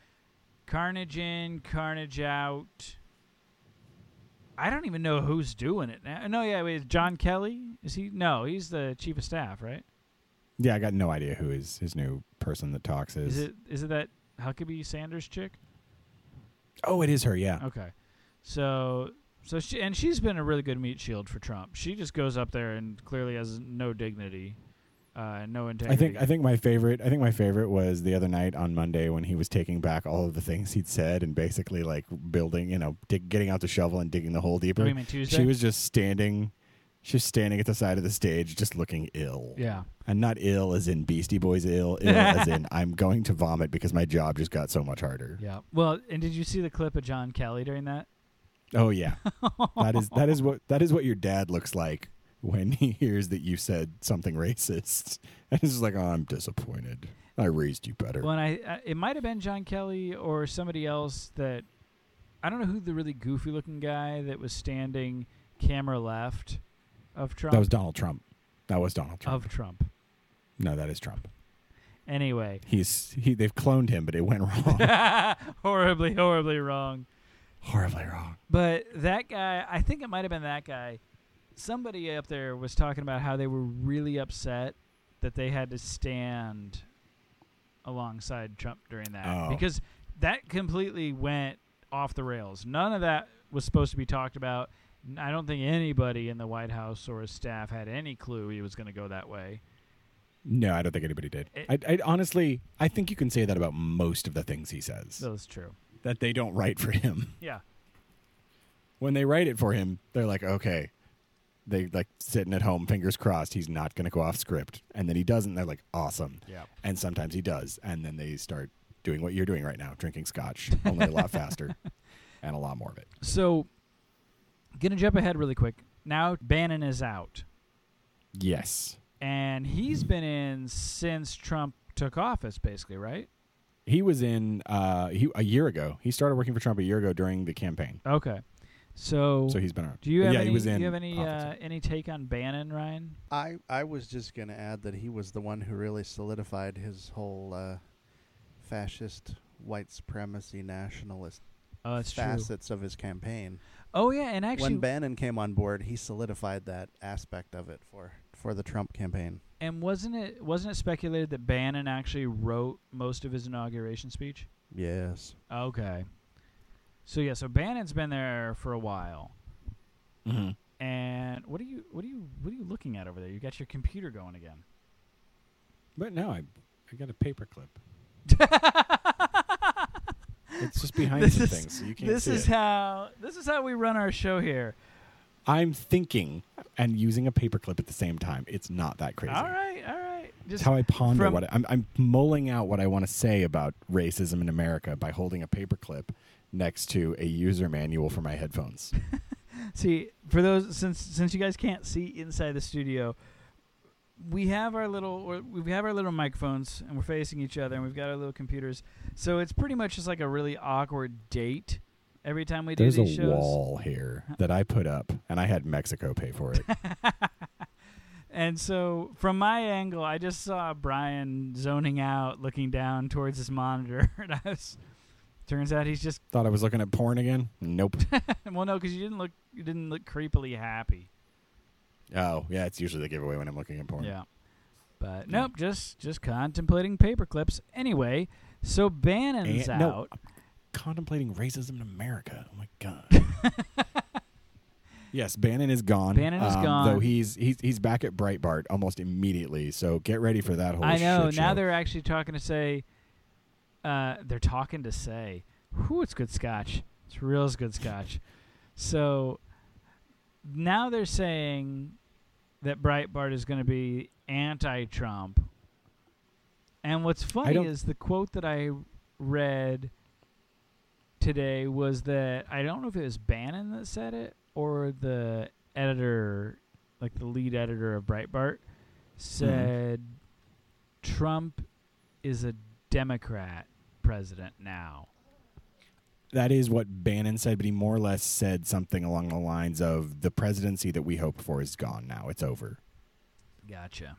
[SPEAKER 3] Carnage in, Carnage out. I don't even know who's doing it now. No, yeah, wait, John Kelly is he? No, he's the chief of staff, right?
[SPEAKER 4] Yeah, I got no idea who his his new person that talks is.
[SPEAKER 3] Is it is it that Huckabee Sanders chick?
[SPEAKER 4] Oh, it is her. Yeah.
[SPEAKER 3] Okay. So so she and she's been a really good meat shield for Trump. She just goes up there and clearly has no dignity, uh, no
[SPEAKER 4] I
[SPEAKER 3] integrity.
[SPEAKER 4] think I think my favorite I think my favorite was the other night on Monday when he was taking back all of the things he'd said and basically like building you know dig, getting out the shovel and digging the hole deeper.
[SPEAKER 3] Oh, you mean Tuesday?
[SPEAKER 4] She was just standing, she was standing at the side of the stage, just looking ill.
[SPEAKER 3] yeah.
[SPEAKER 4] and not ill as in Beastie Boys
[SPEAKER 3] (laughs)
[SPEAKER 4] ill, ill as in I'm going to vomit because my job just got so much harder.
[SPEAKER 3] Yeah. Well, and did you see the clip of John Kelly during that?
[SPEAKER 4] Oh yeah, (laughs) that is that
[SPEAKER 3] (laughs)
[SPEAKER 4] is what that is what your dad looks like when he (laughs) hears that you said something racist, and he's just like, oh, I'm disappointed. I raised you better.
[SPEAKER 3] When I, I it might have been John Kelly or somebody else that I don't know who the really goofy looking guy that was standing camera left of Trump
[SPEAKER 4] That was Donald Trump. That was Donald Trump.
[SPEAKER 3] of Trump.
[SPEAKER 4] no, that is Trump.
[SPEAKER 3] Anyway,
[SPEAKER 4] He's he. They've cloned him, but it went
[SPEAKER 3] (laughs)
[SPEAKER 4] wrong,
[SPEAKER 3] horribly, horribly wrong.
[SPEAKER 4] horribly wrong.
[SPEAKER 3] But that guy, I think it might have been that guy. Somebody up there was talking about how they were really upset that they had to stand alongside Trump during that
[SPEAKER 4] Oh.
[SPEAKER 3] because that completely went off the rails. None of that was supposed to be talked about. N- I don't think anybody in the White House or his staff had any clue he was going to go that way.
[SPEAKER 4] No, I don't think anybody did.
[SPEAKER 3] It-
[SPEAKER 4] I, I honestly, I think you can say that about most of the things he says
[SPEAKER 3] So that's true.
[SPEAKER 4] that they don't write for him. (laughs)
[SPEAKER 3] Yeah.
[SPEAKER 4] When they write it for him, they're like, okay, they like sitting at home, fingers crossed, he's not going to go off script, and then he doesn't. They're like, awesome.
[SPEAKER 3] Yep.
[SPEAKER 4] And sometimes he does, and then they start doing what you're doing right now, drinking scotch, only
[SPEAKER 3] (laughs)
[SPEAKER 4] a lot faster and a lot more of it.
[SPEAKER 3] So, gonna jump ahead really quick. Now Bannon is out.
[SPEAKER 4] Yes.
[SPEAKER 3] and he's been in since Trump took office, basically, right?
[SPEAKER 4] He was in uh, he, a year ago. He started working for Trump a year ago during the campaign.
[SPEAKER 3] Okay, so,
[SPEAKER 4] So he's been around.
[SPEAKER 3] do you have
[SPEAKER 4] yeah,
[SPEAKER 3] any?
[SPEAKER 4] he was in
[SPEAKER 3] do you have any uh,
[SPEAKER 4] office.
[SPEAKER 3] any take on Bannon, Ryan?
[SPEAKER 8] I, I was just going to add that he was the one who really solidified his whole uh, fascist, white supremacy, nationalist
[SPEAKER 3] Oh, that's true.
[SPEAKER 8] facets of his campaign.
[SPEAKER 3] Oh yeah, and actually,
[SPEAKER 8] when Bannon came on board, he solidified that aspect of it for, for the Trump campaign.
[SPEAKER 3] and wasn't it wasn't it speculated that Bannon actually wrote most of his inauguration speech?
[SPEAKER 8] Yes.
[SPEAKER 3] Okay, so yeah, so Bannon's been there for a while.
[SPEAKER 4] Mhm.
[SPEAKER 3] And what are you what are you what are you looking at over there? You got your computer going again.
[SPEAKER 4] But no, I I got a paperclip. it's
[SPEAKER 3] (laughs)
[SPEAKER 4] just behind
[SPEAKER 3] This
[SPEAKER 4] some
[SPEAKER 3] is-
[SPEAKER 4] things, so (laughs) you can't
[SPEAKER 3] This
[SPEAKER 4] see
[SPEAKER 3] is
[SPEAKER 4] it.
[SPEAKER 3] how this is how we run our show here.
[SPEAKER 4] I'm thinking and using a paperclip at the same time. It's not that crazy.
[SPEAKER 3] All right, all right.
[SPEAKER 4] It's
[SPEAKER 3] Just
[SPEAKER 4] how I ponder
[SPEAKER 3] from-
[SPEAKER 4] what I, I'm, I'm mulling out what I want to say about racism in America by holding a paperclip next to a user manual for my headphones.
[SPEAKER 3] see for those since since you guys can't see inside the studio, we have our little or we have our little microphones and we're facing each other and we've got our little computers. So it's pretty much just like a really awkward date every time we
[SPEAKER 4] There's
[SPEAKER 3] do
[SPEAKER 4] a
[SPEAKER 3] these shows.
[SPEAKER 4] wall here that I put up, and I had Mexico pay for
[SPEAKER 3] (laughs)
[SPEAKER 4] it.
[SPEAKER 3] And so from my angle, I just saw Brian zoning out, looking down towards his monitor. (laughs) and I was, turns out he's just (laughs)
[SPEAKER 4] Thought I was looking at porn again? Nope.
[SPEAKER 3] well, no, because you didn't look you didn't look creepily happy.
[SPEAKER 4] oh, yeah, it's usually the giveaway when I'm looking at porn.
[SPEAKER 3] Yeah. But nope, just just contemplating paper clips. Anyway, so Bannon's
[SPEAKER 4] And- no.
[SPEAKER 3] out. (laughs)
[SPEAKER 4] Contemplating racism in America. Oh my god. Yes, Bannon is gone. Um,
[SPEAKER 3] Bannon is gone.
[SPEAKER 4] Though he's he's he's back at Breitbart almost immediately. So get ready for that whole.
[SPEAKER 3] I know.
[SPEAKER 4] shit
[SPEAKER 3] Now
[SPEAKER 4] show.
[SPEAKER 3] they're actually talking to say, uh, they're talking to say, whew, it's good scotch. It's real as good scotch. So now they're saying that Breitbart is going to be anti-Trump. And what's funny
[SPEAKER 4] don't-
[SPEAKER 3] is the quote that I read today was that I don't know if it was Bannon that said it or the editor, like the lead editor of Breitbart,
[SPEAKER 4] Mm-hmm.
[SPEAKER 3] said Trump is a Democrat president now.
[SPEAKER 4] That is what Bannon said, but he more or less said something along the lines of the presidency that we hoped for is gone now. It's over.
[SPEAKER 3] Gotcha.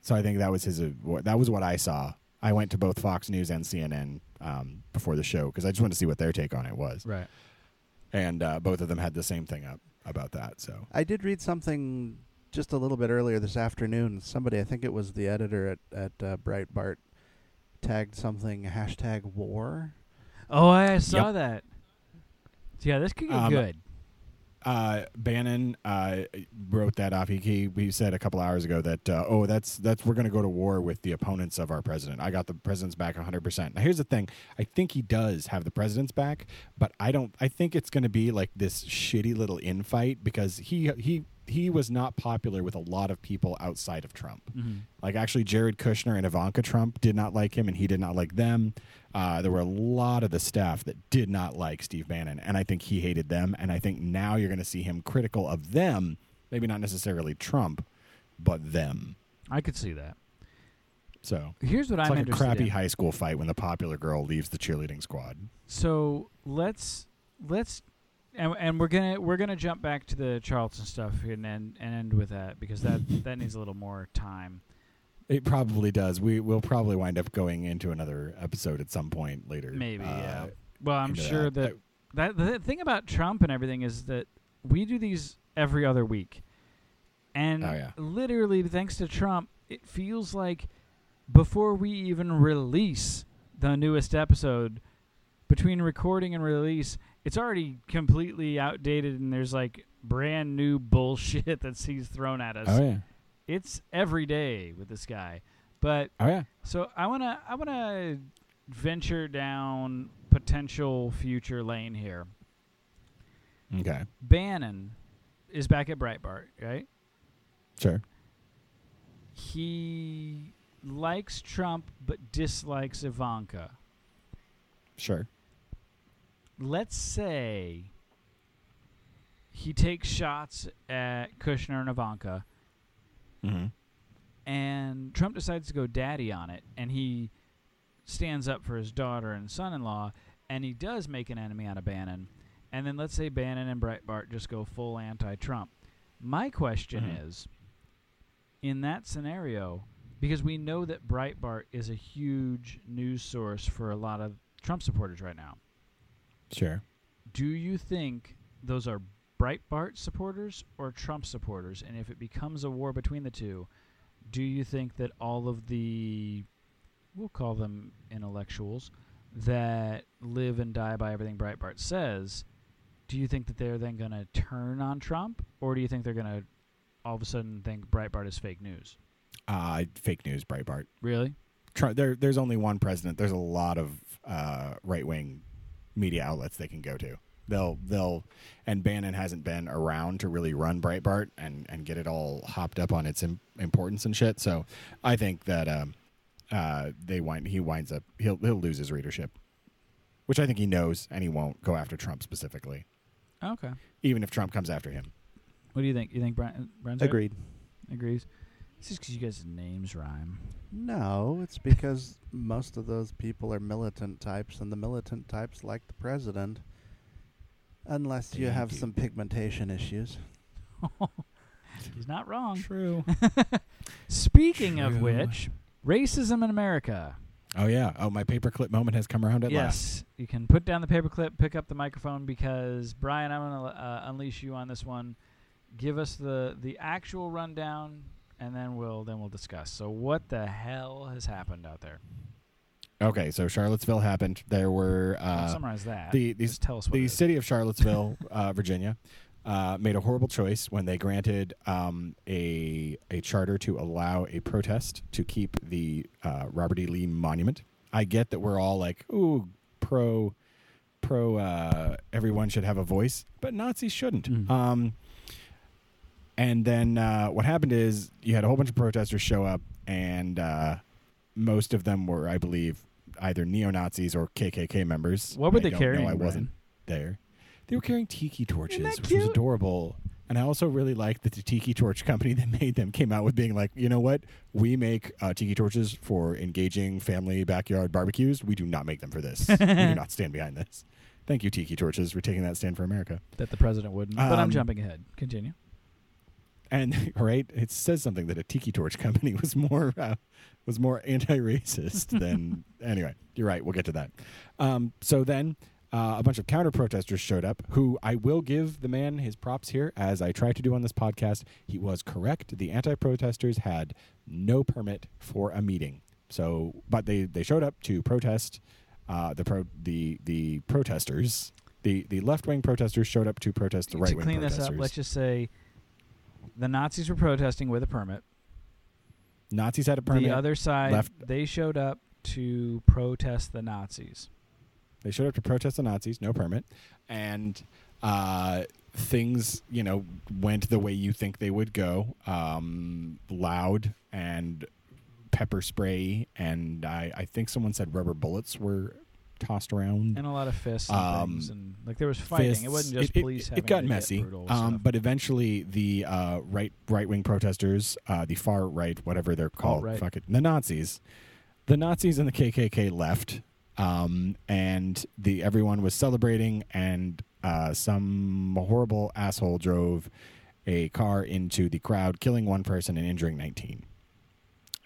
[SPEAKER 4] So I think that was his. uh, what- That was what I saw. I went to both Fox News and CNN um, before the show because I just wanted to see what their take on it was,
[SPEAKER 3] Right.
[SPEAKER 4] and uh, both of them had the same thing up about that. So
[SPEAKER 8] I did read something just a little bit earlier this afternoon. Somebody, I think it was the editor at at uh, Breitbart, tagged something hashtag war.
[SPEAKER 3] Oh, I saw that. Yeah, this could get
[SPEAKER 4] Um,
[SPEAKER 3] good.
[SPEAKER 4] uh, Bannon uh, wrote that off. He, he he said a couple hours ago that uh, oh that's that's we're going to go to war with the opponents of our president. I got the president's back 100. percent Now here's the thing: I think he does have the president's back, but I don't. I think it's going to be like this shitty little infight because he he he was not popular with a lot of people outside of Trump.
[SPEAKER 3] Mm-hmm.
[SPEAKER 4] Like actually, Jared Kushner and Ivanka Trump did not like him, and he did not like them. Uh, there were a lot of the staff that did not like Steve Bannon, and I think he hated them. And I think now you're going to see him critical of them, maybe not necessarily Trump, but them.
[SPEAKER 3] I could see that.
[SPEAKER 4] So
[SPEAKER 3] Here's what
[SPEAKER 4] it's
[SPEAKER 3] I'm
[SPEAKER 4] like a
[SPEAKER 3] interested
[SPEAKER 4] crappy
[SPEAKER 3] in.
[SPEAKER 4] high school fight when the popular girl leaves the cheerleading squad.
[SPEAKER 3] So let's let's and, and we're gonna we're gonna jump back to the Charleston stuff and end, and end with that because that that needs a little more time.
[SPEAKER 4] It probably does. We will probably wind up going into another episode at some point later.
[SPEAKER 3] Maybe,
[SPEAKER 4] Uh,
[SPEAKER 3] yeah. Well, I'm
[SPEAKER 4] into
[SPEAKER 3] sure that that the thing about Trump and everything is that we do these every other week, and
[SPEAKER 4] Oh, yeah.
[SPEAKER 3] literally thanks to Trump, it feels like before we even release the newest episode, between recording and release, it's already completely outdated, and there's like brand new bullshit (laughs) that he's thrown at us.
[SPEAKER 4] Oh yeah.
[SPEAKER 3] It's every day with this guy, but
[SPEAKER 4] Oh yeah.
[SPEAKER 3] so I wanna I wanna venture down potential future lane here.
[SPEAKER 4] Okay.
[SPEAKER 3] Bannon is back at Breitbart, right?
[SPEAKER 4] Sure.
[SPEAKER 3] He likes Trump but dislikes Ivanka.
[SPEAKER 4] Sure.
[SPEAKER 3] Let's say he takes shots at Kushner and Ivanka,
[SPEAKER 4] Mm-hmm.
[SPEAKER 3] and Trump decides to go daddy on it, and he stands up for his daughter and son in law, and he does make an enemy out of Bannon. And then let's say Bannon and Breitbart just go full anti Trump. My question
[SPEAKER 4] Mhm.
[SPEAKER 3] is in that scenario, because we know that Breitbart is a huge news source for a lot of Trump supporters right now,
[SPEAKER 4] Sure.
[SPEAKER 3] do you think those are Breitbart supporters or Trump supporters? And if it becomes a war between the two, do you think that all of the, we'll call them intellectuals, that live and die by everything Breitbart says, do you think that they're then going to turn on Trump? Or do you think they're going to all of a sudden think Breitbart is fake news?
[SPEAKER 4] Uh, fake news, Breitbart.
[SPEAKER 3] Really?
[SPEAKER 4] Trump, there, there's only one president. There's a lot of uh, right wing media outlets they can go to. They'll they'll and Bannon hasn't been around to really run Breitbart and and get it all hopped up on its im- importance and shit. So I think that um, uh, they wind he winds up he'll he'll lose his readership, which I think he knows and he won't go after Trump specifically,
[SPEAKER 3] Okay.
[SPEAKER 4] even if Trump comes after him.
[SPEAKER 3] What do you think? You think Brian, Brian's right?
[SPEAKER 8] Agreed.
[SPEAKER 3] agrees? It's just because you guys' names rhyme. (laughs)
[SPEAKER 8] No, it's because most of those people are militant types, and the militant types like the president, unless you
[SPEAKER 3] Thank
[SPEAKER 8] have
[SPEAKER 3] you.
[SPEAKER 8] some pigmentation issues.
[SPEAKER 3] He's not wrong.
[SPEAKER 4] True.
[SPEAKER 3] Speaking of
[SPEAKER 4] True.
[SPEAKER 3] which, racism in America.
[SPEAKER 4] oh yeah. Oh my paperclip moment has come around at last.
[SPEAKER 3] yes, you can put down the paperclip, pick up the microphone because Brian, I'm going to uh, unleash you on this one. Give us the the actual rundown, and then we'll then we'll discuss. So, what the hell has happened out there?
[SPEAKER 4] Okay, so Charlottesville happened. There were
[SPEAKER 3] Don't
[SPEAKER 4] uh,
[SPEAKER 3] summarize that.
[SPEAKER 4] the- these-
[SPEAKER 3] Just tell us what. it
[SPEAKER 4] the
[SPEAKER 3] is.
[SPEAKER 4] city of Charlottesville, uh, Virginia, uh, made a horrible choice when they granted um, a a charter to allow a protest to keep the uh, Robert E. Lee Monument. I get that we're all like, ooh, pro, pro, uh, everyone should have a voice, but Nazis shouldn't. Um, and then uh, what happened is you had a whole bunch of protesters show up, and uh, most of them were, I believe, either neo Nazis or KKK members.
[SPEAKER 3] What were
[SPEAKER 4] I
[SPEAKER 3] they
[SPEAKER 4] don't
[SPEAKER 3] carrying,
[SPEAKER 4] Know, I
[SPEAKER 3] Brian?
[SPEAKER 4] wasn't there. They were carrying tiki torches,
[SPEAKER 3] that
[SPEAKER 4] which was
[SPEAKER 3] cute?
[SPEAKER 4] adorable. And I also really liked that the tiki torch company (laughs) that made them came out with being like, you know what? We make uh, tiki torches for engaging family backyard barbecues. We do not make them for this. we
[SPEAKER 3] (laughs)
[SPEAKER 4] do not stand behind this. Thank you, tiki torches, for taking that stand for America.
[SPEAKER 3] that the president wouldn't. but I'm
[SPEAKER 4] Um,
[SPEAKER 3] jumping ahead. Continue.
[SPEAKER 4] and (laughs) right it says something that a tiki torch (laughs) company was more uh, was more
[SPEAKER 3] (laughs)
[SPEAKER 4] anti-racist than anyway you're right we'll get to that um, so then uh, a bunch of counter protesters showed up who i will give the man his props here as i try to do on this podcast he was correct the anti-protesters had no permit for a meeting so but they they showed up to protest uh, the pro the the protesters the the left-wing protesters showed up to protest the
[SPEAKER 3] to
[SPEAKER 4] right-wing
[SPEAKER 3] clean this
[SPEAKER 4] protesters
[SPEAKER 3] up, let's just say the Nazis were protesting with a permit.
[SPEAKER 4] nazis had a permit
[SPEAKER 3] The other side,
[SPEAKER 4] left-
[SPEAKER 3] they showed up to protest the Nazis.
[SPEAKER 4] They showed up to protest the Nazis, no permit, and uh, things you know went the way you think they would go. Um, loud and pepper spray, and I, I think someone said rubber bullets were tossed around.
[SPEAKER 3] And a lot of fists and
[SPEAKER 4] Um,
[SPEAKER 3] things. And, like, there was fighting.
[SPEAKER 4] fists.
[SPEAKER 3] it wasn't just
[SPEAKER 4] it,
[SPEAKER 3] police
[SPEAKER 4] It,
[SPEAKER 3] having
[SPEAKER 4] got
[SPEAKER 3] to get
[SPEAKER 4] messy,
[SPEAKER 3] brutal with
[SPEAKER 4] um,
[SPEAKER 3] stuff.
[SPEAKER 4] but eventually the uh, right right wing protesters, uh, the far right, whatever they're called,
[SPEAKER 3] Alt-right.
[SPEAKER 4] fuck it, the Nazis, the Nazis and the KKK left, um, and the everyone was celebrating, and uh, some horrible asshole drove a car into the crowd, killing one person and injuring nineteen.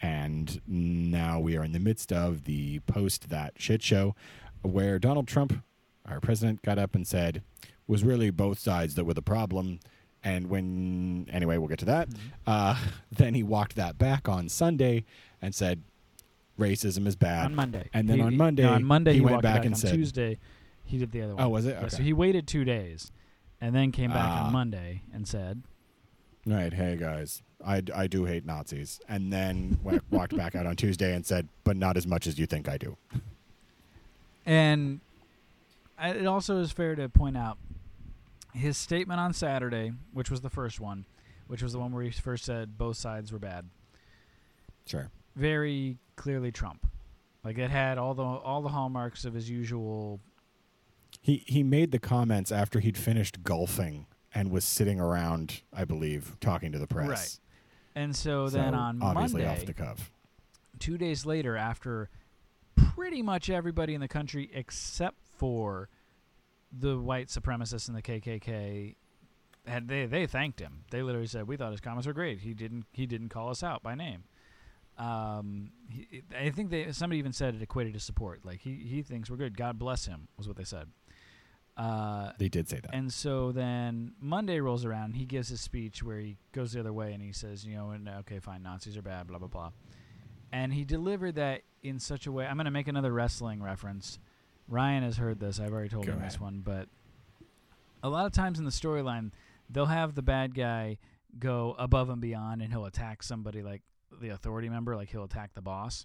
[SPEAKER 4] And now we are in the midst of the post that shit show where Donald Trump, our president, got up and said, was really both sides that were the problem. And when, anyway, we'll get to
[SPEAKER 3] Mm-hmm.
[SPEAKER 4] that. Uh, (laughs) then he walked that back on Sunday and said, racism is bad.
[SPEAKER 3] on Monday.
[SPEAKER 4] And then
[SPEAKER 3] He-
[SPEAKER 4] on
[SPEAKER 3] he-
[SPEAKER 4] Monday,
[SPEAKER 3] no, on Monday
[SPEAKER 4] he, went
[SPEAKER 3] walked
[SPEAKER 4] back,
[SPEAKER 3] back
[SPEAKER 4] and
[SPEAKER 3] on
[SPEAKER 4] said,
[SPEAKER 3] Tuesday, he did the other one.
[SPEAKER 4] Oh, was it?
[SPEAKER 3] Yeah, so
[SPEAKER 4] Okay.
[SPEAKER 3] he waited two days and then came back
[SPEAKER 4] Ah.
[SPEAKER 3] on Monday and said,
[SPEAKER 4] All right, hey guys, I, I do hate Nazis. And then went, (laughs) walked back out on Tuesday and said, but not as much as you think I do.
[SPEAKER 3] And I- it also is fair to point out his statement on Saturday, which was the first one, which was the one where he first said both sides were bad.
[SPEAKER 4] Sure.
[SPEAKER 3] Very clearly Trump. Like it had all the all the hallmarks of his usual.
[SPEAKER 4] He he made the comments after he'd finished golfing and was sitting around, I believe, talking to the press.
[SPEAKER 3] Right. And so, then
[SPEAKER 4] So,
[SPEAKER 3] on
[SPEAKER 4] obviously
[SPEAKER 3] Monday,
[SPEAKER 4] off the cuff.
[SPEAKER 3] two days later, after pretty much everybody in the country except for the white supremacists and the KKK had they they thanked him. They literally said we thought his comments were great. He didn't he didn't call us out by name. Um, he, I think they somebody even said it equated to support. Like he he thinks we're good. God bless him was what they said. Uh,
[SPEAKER 4] They did say that.
[SPEAKER 3] and so then Monday rolls around. and He gives his speech where he goes the other way and he says, you know, and okay, fine, Nazis are bad, blah blah blah. And he delivered that in such a way. I'm going to make another wrestling reference. Ryan has heard this. I've already told
[SPEAKER 4] Go
[SPEAKER 3] him this
[SPEAKER 4] ahead.
[SPEAKER 3] one, but a lot of times in the storyline, they'll have the bad guy go above and beyond, and he'll attack somebody like the authority member, like he'll attack the boss.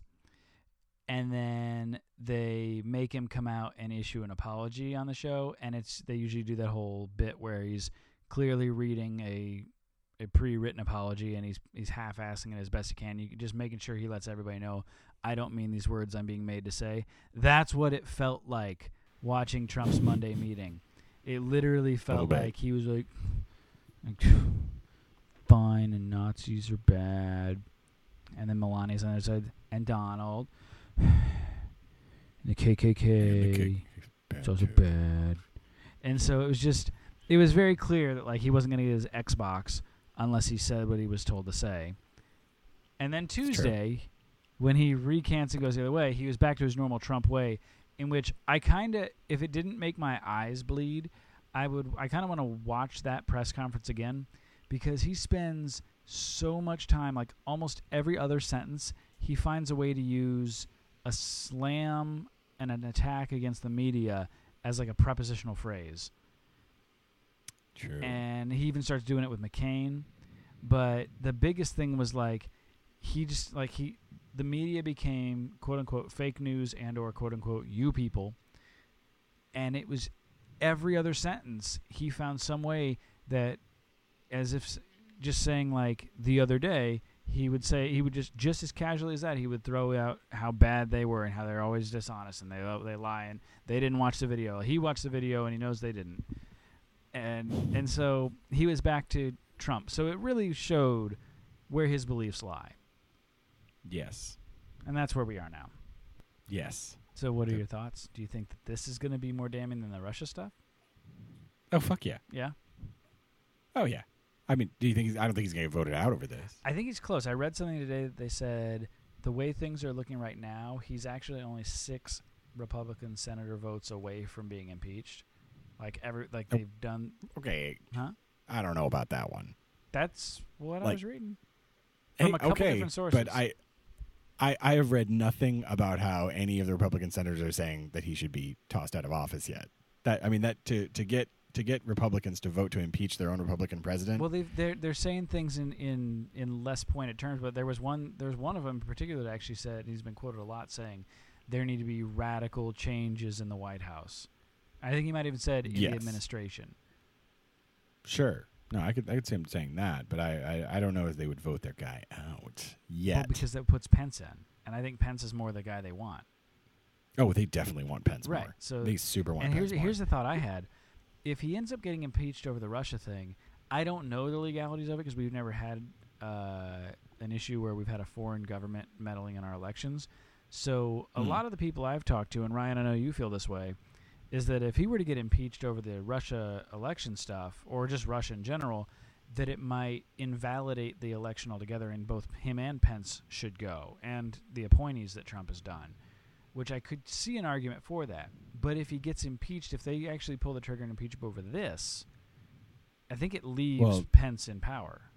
[SPEAKER 3] And then they make him come out and issue an apology on the show, and it's they usually do that whole bit where he's clearly reading a a pre-written apology and he's he's half-assing it as best he can. You just making sure he lets everybody know I don't mean these words I'm being made to say. That's what it felt like watching Trump's Monday meeting. It literally felt
[SPEAKER 4] bit.
[SPEAKER 3] like he was like, like, fine, and Nazis are bad. And then Melania's on the other side, and Donald, (sighs) and the KKK. It's also bad. And so it was just, it was very clear that like he wasn't going to get his Xbox unless he said what he was told to say. And then Tuesday, when he recants and goes the other way, he was back to his normal Trump way, in which I kind of, if it didn't make my eyes bleed, I would, I kind of want to watch that press conference again because he spends so much time, like almost every other sentence, he finds a way to use a slam and an attack against the media as like a prepositional phrase.
[SPEAKER 4] True.
[SPEAKER 3] and he even starts doing it with McCain. But the biggest thing was like he just like he the media became quote unquote fake news and or quote unquote you people, and it was every other sentence he found some way that as if s- just saying like the other day he would say he would just just as casually as that he would throw out how bad they were and how they're always dishonest and they they lie and they didn't watch the video he watched the video and he knows they didn't and and so he was back to Trump. So it really showed where his beliefs lie,
[SPEAKER 4] Yes.
[SPEAKER 3] and that's where we are now.
[SPEAKER 4] Yes.
[SPEAKER 3] So what are your thoughts? Do you think that this is going to be more damning than the Russia stuff?
[SPEAKER 4] Oh fuck yeah.
[SPEAKER 3] Yeah,
[SPEAKER 4] Oh yeah. I mean, do you think? He's, I don't think he's gonna get voted out over this.
[SPEAKER 3] I think he's close. I read something today that they said the way things are looking right now, he's actually only six Republican senator votes away from being impeached. Like every like
[SPEAKER 4] Oh.
[SPEAKER 3] they've done.
[SPEAKER 4] Okay.
[SPEAKER 3] Huh?
[SPEAKER 4] I don't know about that one.
[SPEAKER 3] That's what I
[SPEAKER 4] Like-
[SPEAKER 3] was reading. From a couple
[SPEAKER 4] okay,
[SPEAKER 3] different sources.
[SPEAKER 4] But I, I, I have read nothing about how any of the Republican senators are saying that he should be tossed out of office yet. That I mean, that to to get to get Republicans to vote to impeach their own Republican president.
[SPEAKER 3] Well, they've, they're they're saying things in, in, in less pointed terms, but there was one there was one of them in particular that actually said he's been quoted a lot saying there need to be radical changes in the White House. I think he might have even said in
[SPEAKER 4] Yes.
[SPEAKER 3] the administration.
[SPEAKER 4] sure. No, I could I could see him saying that, but I, I I don't know if they would vote their guy out
[SPEAKER 3] Well,
[SPEAKER 4] yet.
[SPEAKER 3] because that puts Pence in, and I think Pence is more the guy they want.
[SPEAKER 4] oh, they definitely want Pence
[SPEAKER 3] Right,
[SPEAKER 4] more.
[SPEAKER 3] so-
[SPEAKER 4] they super want
[SPEAKER 3] and
[SPEAKER 4] Pence
[SPEAKER 3] here's
[SPEAKER 4] more.
[SPEAKER 3] here's the thought I had: if he ends up getting impeached over the Russia thing, I don't know the legalities of it because we've never had uh, an issue where we've had a foreign government meddling in our elections. So a
[SPEAKER 4] Mhm.
[SPEAKER 3] lot of the people I've talked to, and Ryan, I know you feel this way, is that if he were to get impeached over the Russia election stuff or just Russia in general, that it might invalidate the election altogether, and both him and Pence should go, and the appointees that Trump has done which I could see an argument for that. But if he gets impeached, if they actually pull the trigger and impeach him over this, I think it leaves
[SPEAKER 4] Well-
[SPEAKER 3] Pence in power.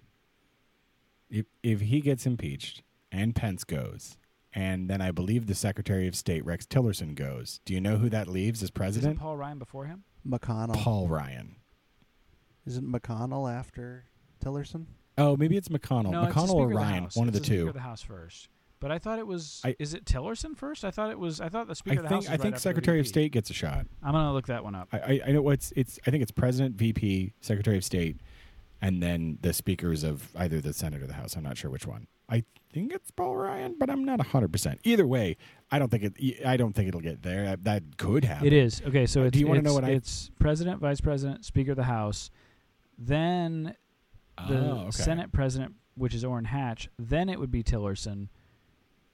[SPEAKER 4] if if he gets impeached and Pence goes, and then I believe the Secretary of State Rex Tillerson goes, do you know who that leaves as
[SPEAKER 3] Isn't
[SPEAKER 4] president?
[SPEAKER 3] Paul Ryan before him?
[SPEAKER 8] McConnell.
[SPEAKER 4] Paul Ryan.
[SPEAKER 8] Isn't McConnell after Tillerson?
[SPEAKER 4] Oh, maybe it's McConnell.
[SPEAKER 3] no, it's the
[SPEAKER 4] McConnell
[SPEAKER 3] Speaker
[SPEAKER 4] or
[SPEAKER 3] of the
[SPEAKER 4] Ryan,
[SPEAKER 3] House.
[SPEAKER 4] one of the
[SPEAKER 3] It's Speaker
[SPEAKER 4] two.
[SPEAKER 3] Of the House first, but I thought it was.
[SPEAKER 4] I-
[SPEAKER 3] is it Tillerson first? I thought it was. I thought the
[SPEAKER 4] I
[SPEAKER 3] Speaker of the House.
[SPEAKER 4] think
[SPEAKER 3] was
[SPEAKER 4] I
[SPEAKER 3] right
[SPEAKER 4] think
[SPEAKER 3] after the
[SPEAKER 4] Secretary of
[SPEAKER 3] VP.
[SPEAKER 4] State gets a shot.
[SPEAKER 3] I'm gonna look that one up.
[SPEAKER 4] I, I, I know what's it's. I think it's President, VP, Secretary of State, and then the speakers of either the Senate or the House. I'm not sure which one. I think it's Paul Ryan, but I'm not hundred percent. Either way, I don't think it. I don't think it'll get there. That, that could happen.
[SPEAKER 3] It is okay. So
[SPEAKER 4] Uh, do
[SPEAKER 3] it's,
[SPEAKER 4] you wanna
[SPEAKER 3] it's,
[SPEAKER 4] know what I-
[SPEAKER 3] it's President, Vice President, Speaker of the House, then the
[SPEAKER 4] Oh, okay.
[SPEAKER 3] Senate President, which is Orrin Hatch. Then it would be Tillerson.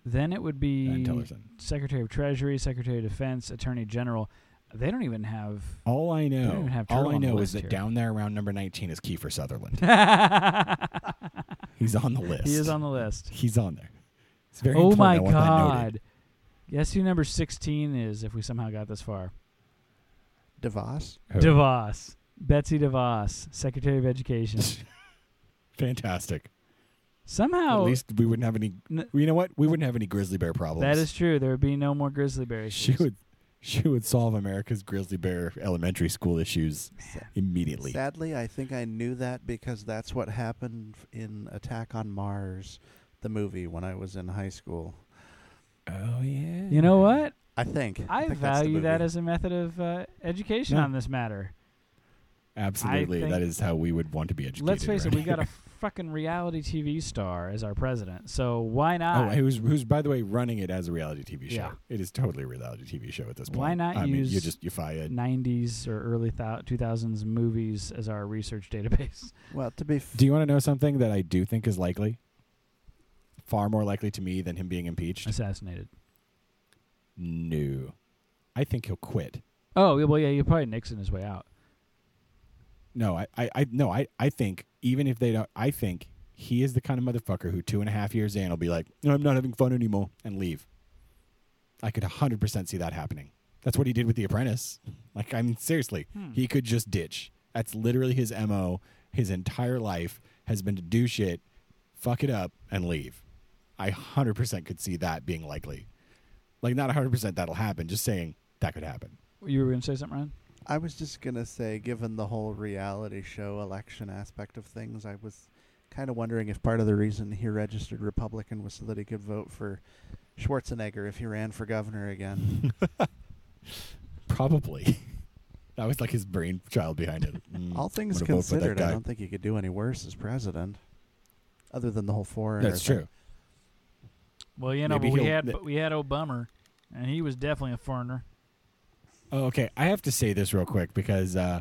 [SPEAKER 3] Then it would be
[SPEAKER 4] And Tillerson.
[SPEAKER 3] Secretary of Treasury, Secretary of Defense, Attorney General. They don't
[SPEAKER 4] (laughs)
[SPEAKER 3] even have.
[SPEAKER 4] All I
[SPEAKER 3] don't
[SPEAKER 4] know,
[SPEAKER 3] even have Turtle
[SPEAKER 4] all I
[SPEAKER 3] on the
[SPEAKER 4] know is
[SPEAKER 3] list
[SPEAKER 4] that
[SPEAKER 3] here.
[SPEAKER 4] down there around number 19 is Kiefer Sutherland.
[SPEAKER 3] he
[SPEAKER 4] He's on the list.
[SPEAKER 3] is on the list.
[SPEAKER 4] He's on there. It's very
[SPEAKER 3] Oh
[SPEAKER 4] important.
[SPEAKER 3] my
[SPEAKER 4] I want that noted.
[SPEAKER 3] God! Guess who number sixteen is? If we somehow got this far,
[SPEAKER 8] DeVos?
[SPEAKER 4] Who?
[SPEAKER 3] DeVos, Betsy DeVos, Secretary
[SPEAKER 4] (laughs)
[SPEAKER 3] of Education.
[SPEAKER 4] Fantastic. At
[SPEAKER 3] Somehow,
[SPEAKER 4] least we wouldn't have any.
[SPEAKER 3] N-
[SPEAKER 4] You know what? We wouldn't have any grizzly bear problems.
[SPEAKER 3] That is true. There would be no more grizzly bear
[SPEAKER 4] She
[SPEAKER 3] issues.
[SPEAKER 4] would. She would solve America's grizzly bear elementary school issues immediately.
[SPEAKER 8] Sadly, I think I knew that because that's what happened f- in Attack on Mars, the movie, when I was in high school.
[SPEAKER 4] Oh yeah.
[SPEAKER 3] You know what?
[SPEAKER 8] I think.
[SPEAKER 3] I,
[SPEAKER 8] think that's the
[SPEAKER 3] value that
[SPEAKER 8] movie.
[SPEAKER 3] as a method of uh, education
[SPEAKER 4] No.
[SPEAKER 3] on this matter.
[SPEAKER 4] Absolutely.
[SPEAKER 3] I think-
[SPEAKER 4] That is how we would want to be educated.
[SPEAKER 3] Let's face
[SPEAKER 4] right?
[SPEAKER 3] it,
[SPEAKER 4] (laughs)
[SPEAKER 3] we got a fucking reality TV star as our president, so why
[SPEAKER 4] Oh,
[SPEAKER 3] not?
[SPEAKER 4] who's who's by the way running it as a reality TV show?
[SPEAKER 3] Yeah.
[SPEAKER 4] It is totally a reality TV show at this point.
[SPEAKER 3] Why not
[SPEAKER 4] I mean, you
[SPEAKER 3] use
[SPEAKER 4] just you fired.
[SPEAKER 3] 90s or early thou 2000s movies as our research
[SPEAKER 4] (laughs)
[SPEAKER 3] database. (laughs)
[SPEAKER 8] Well, to be f-
[SPEAKER 4] Do you want to know something that I do think is likely? Far more likely to me than him being impeached.
[SPEAKER 3] Assassinated.
[SPEAKER 4] No, I think he'll quit.
[SPEAKER 3] Oh, yeah, well, yeah, you probably Nixon his way out.
[SPEAKER 4] No, I, I, I no, I, I think even if they don't, I think he is the kind of motherfucker who two and a half years in will be like, no, I'm not having fun anymore and leave. I could hundred percent see that happening. That's what he did with The Apprentice. Like, I mean, seriously, he could just ditch. That's literally his mo. His entire life has been to do shit, fuck it up, and leave. I hundred percent could see that being likely. Like, not hundred percent that'll happen. Just saying that could happen.
[SPEAKER 3] You were going to say something, Ryan?
[SPEAKER 8] I was just gonna say, given the whole reality show election aspect of things, I was kind of wondering if part of the reason he registered Republican was so that he could vote for Schwarzenegger if he ran for governor again.
[SPEAKER 4] (laughs) Probably. (laughs) That was like his brain child behind
[SPEAKER 8] (laughs)
[SPEAKER 4] it. Mm,
[SPEAKER 8] All things
[SPEAKER 4] I'm gonna vote for that
[SPEAKER 8] considered, I
[SPEAKER 4] guy.
[SPEAKER 8] don't think he could do any worse as president, other than the whole foreign.
[SPEAKER 4] That's true.
[SPEAKER 3] Well, you know,
[SPEAKER 4] Maybe
[SPEAKER 3] but we
[SPEAKER 4] he'll-
[SPEAKER 3] had
[SPEAKER 4] th-
[SPEAKER 3] but we had Obama, and he was definitely a foreigner.
[SPEAKER 4] Oh, okay. I have to say this real quick because uh,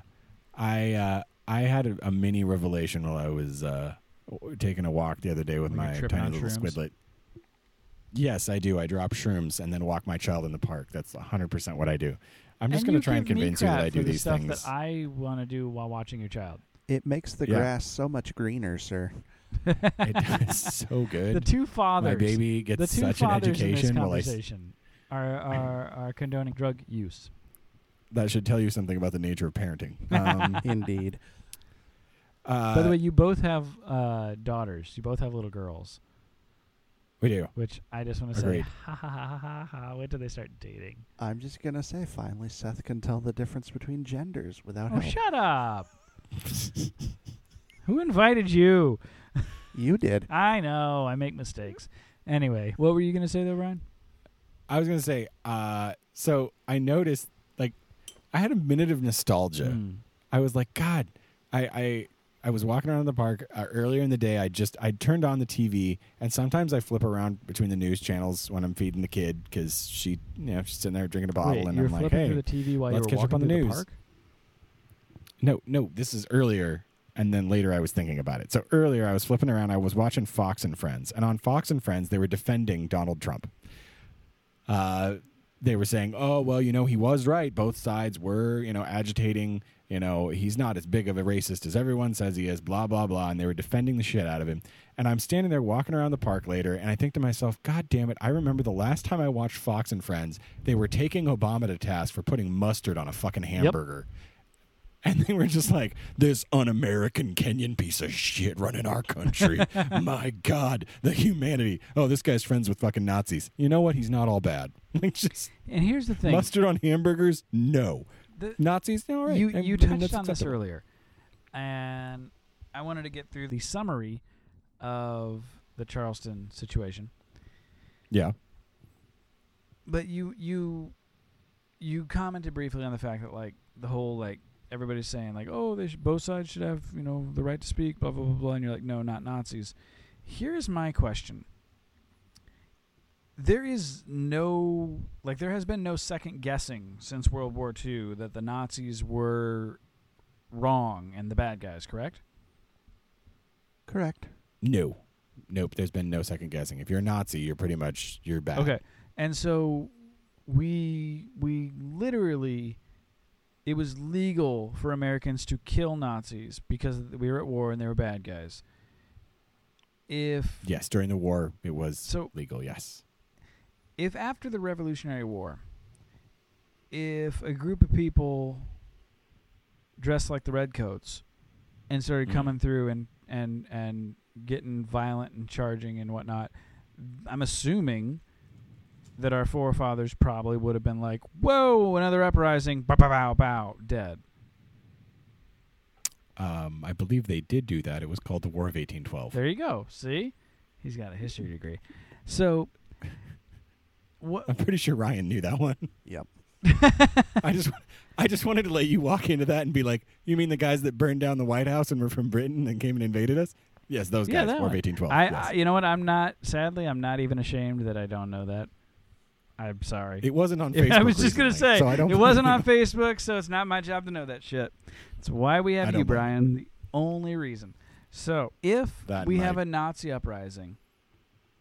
[SPEAKER 4] I uh, I had a, a mini revelation while I was uh, w- taking a walk the other day with
[SPEAKER 3] When you're
[SPEAKER 4] my
[SPEAKER 3] tripping
[SPEAKER 4] tiny
[SPEAKER 3] on
[SPEAKER 4] little
[SPEAKER 3] shrooms?
[SPEAKER 4] squidlet. Yes, I do. I drop shrooms and then walk my child in the park. That's 100% what I do. I'm just
[SPEAKER 3] And
[SPEAKER 4] going
[SPEAKER 3] you
[SPEAKER 4] to try and
[SPEAKER 3] give me
[SPEAKER 4] convince you that
[SPEAKER 3] crap
[SPEAKER 4] I do
[SPEAKER 3] for the
[SPEAKER 4] these
[SPEAKER 3] stuff
[SPEAKER 4] things.
[SPEAKER 3] that I want to do while watching
[SPEAKER 4] (laughs)
[SPEAKER 3] your child.
[SPEAKER 8] It makes the
[SPEAKER 4] Yeah.
[SPEAKER 8] grass so much
[SPEAKER 3] (laughs)
[SPEAKER 8] greener, sir.
[SPEAKER 4] (laughs) it is so
[SPEAKER 3] The
[SPEAKER 4] good.
[SPEAKER 3] two fathers,
[SPEAKER 4] my baby
[SPEAKER 3] the
[SPEAKER 4] gets
[SPEAKER 3] two
[SPEAKER 4] such an
[SPEAKER 3] fathers in
[SPEAKER 4] education.
[SPEAKER 3] this
[SPEAKER 4] Well, I s-
[SPEAKER 3] conversation are, are are condoning drug use.
[SPEAKER 4] that should tell you something about the nature of parenting. Um,
[SPEAKER 8] Indeed.
[SPEAKER 4] uh,
[SPEAKER 3] By the way, you both have uh, daughters. You both have little girls,
[SPEAKER 4] we do.
[SPEAKER 3] which I just want to say,
[SPEAKER 4] Agreed.
[SPEAKER 3] ha ha ha ha ha. Wait till they start dating.
[SPEAKER 8] I'm just gonna say, finally, Seth can tell the difference between genders without
[SPEAKER 3] Oh,
[SPEAKER 8] help.
[SPEAKER 3] shut (laughs) up! Who invited you?
[SPEAKER 8] You did.
[SPEAKER 3] I know I make mistakes. Anyway, what were you going to say though, Ryan?
[SPEAKER 4] I was gonna say, uh, so I noticed like I had a minute of nostalgia.
[SPEAKER 3] Mm.
[SPEAKER 4] I was like, God, I, I I was walking around in the park uh, earlier in the day. I just I turned on the TV, and sometimes I flip around between the news channels when I'm feeding the kid because she, you know, she's sitting there drinking a bottle,
[SPEAKER 3] Wait,
[SPEAKER 4] and
[SPEAKER 3] you were
[SPEAKER 4] I'm like,
[SPEAKER 3] flipping
[SPEAKER 4] Hey,
[SPEAKER 3] through the TV while
[SPEAKER 4] let's
[SPEAKER 3] you were
[SPEAKER 4] catch up
[SPEAKER 3] walking
[SPEAKER 4] on the
[SPEAKER 3] through
[SPEAKER 4] news.
[SPEAKER 3] park.
[SPEAKER 4] no, no, this is earlier. And then later I was thinking about it. So earlier I was flipping around. I was watching Fox and Friends. And on Fox and Friends, they were defending Donald Trump. Uh, they were saying, oh, well, you know, he was right. Both sides were, you know, agitating. You know, he's not as big of a racist as everyone says he is, blah, blah, blah. And they were defending the shit out of him. And I'm standing there walking around the park later. And I think to myself, God damn it. I remember the last time I watched Fox and Friends, they were taking Obama to task for putting mustard on a fucking hamburger. And they were just like, this un American Kenyan piece of shit running our
[SPEAKER 3] (laughs)
[SPEAKER 4] country. My God, the humanity. Oh, this guy's friends with fucking Nazis. You know what? He's not all bad. (laughs) Like, just
[SPEAKER 3] And here's the thing:
[SPEAKER 4] mustard on hamburgers? No.
[SPEAKER 3] The-
[SPEAKER 4] Nazis? No, all right.
[SPEAKER 3] you
[SPEAKER 4] Then-
[SPEAKER 3] you
[SPEAKER 4] then
[SPEAKER 3] touched
[SPEAKER 4] that's
[SPEAKER 3] on this
[SPEAKER 4] acceptable.
[SPEAKER 3] earlier, and I wanted to get through the summary of the Charleston situation.
[SPEAKER 4] Yeah.
[SPEAKER 3] But you you you commented briefly on the fact that like the whole like everybody's saying like oh they should, both sides should have you know the right to speak blah blah blah blah and you're like no not Nazis. Here's my question. There is no like there has been no second guessing since World War II that the Nazis were wrong and the bad guys, correct?
[SPEAKER 8] Correct.
[SPEAKER 4] No. Nope. There's been no second guessing. If you're a Nazi, you're pretty much, you're bad.
[SPEAKER 3] Okay. And so we we literally it was legal for Americans to kill Nazis because we were at war and they were bad guys. If
[SPEAKER 4] Yes, during the war, it was
[SPEAKER 3] So-
[SPEAKER 4] legal. Yes.
[SPEAKER 3] if after the Revolutionary War, if a group of people dressed like the redcoats and started
[SPEAKER 4] Mhm.
[SPEAKER 3] coming through and and and getting violent and charging and whatnot, I'm assuming that our forefathers probably would have been like, "Whoa, another uprising! Bow, bow, bow, bow, dead."
[SPEAKER 4] Um, I believe they did do that. It was called the War of 1812.
[SPEAKER 3] There you go. See, he's got a history degree. So,
[SPEAKER 4] (laughs)
[SPEAKER 3] what?
[SPEAKER 4] I'm pretty sure Ryan knew that one.
[SPEAKER 8] Yep.
[SPEAKER 4] I just I just wanted to let you walk into that and be like, you mean the guys that burned down the White House and were from Britain and came and invaded us? Yes, those
[SPEAKER 3] Yeah,
[SPEAKER 4] guys.
[SPEAKER 3] that
[SPEAKER 4] War of
[SPEAKER 3] one.
[SPEAKER 4] 1812.
[SPEAKER 3] I,
[SPEAKER 4] yes.
[SPEAKER 3] I, you know what? I'm not. Sadly, I'm not even ashamed that I don't know that. I'm sorry.
[SPEAKER 4] it wasn't
[SPEAKER 3] (laughs)
[SPEAKER 4] on Facebook.
[SPEAKER 3] I was just gonna
[SPEAKER 4] recently,
[SPEAKER 3] say
[SPEAKER 4] so I don't
[SPEAKER 3] it
[SPEAKER 4] (laughs)
[SPEAKER 3] wasn't on Facebook, so it's not my job to know that shit. It's why we
[SPEAKER 4] I
[SPEAKER 3] have
[SPEAKER 4] don't
[SPEAKER 3] you,
[SPEAKER 4] blame
[SPEAKER 3] Brian. The only reason. So if
[SPEAKER 4] That
[SPEAKER 3] we
[SPEAKER 4] and
[SPEAKER 3] have
[SPEAKER 4] my-
[SPEAKER 3] a Nazi uprising,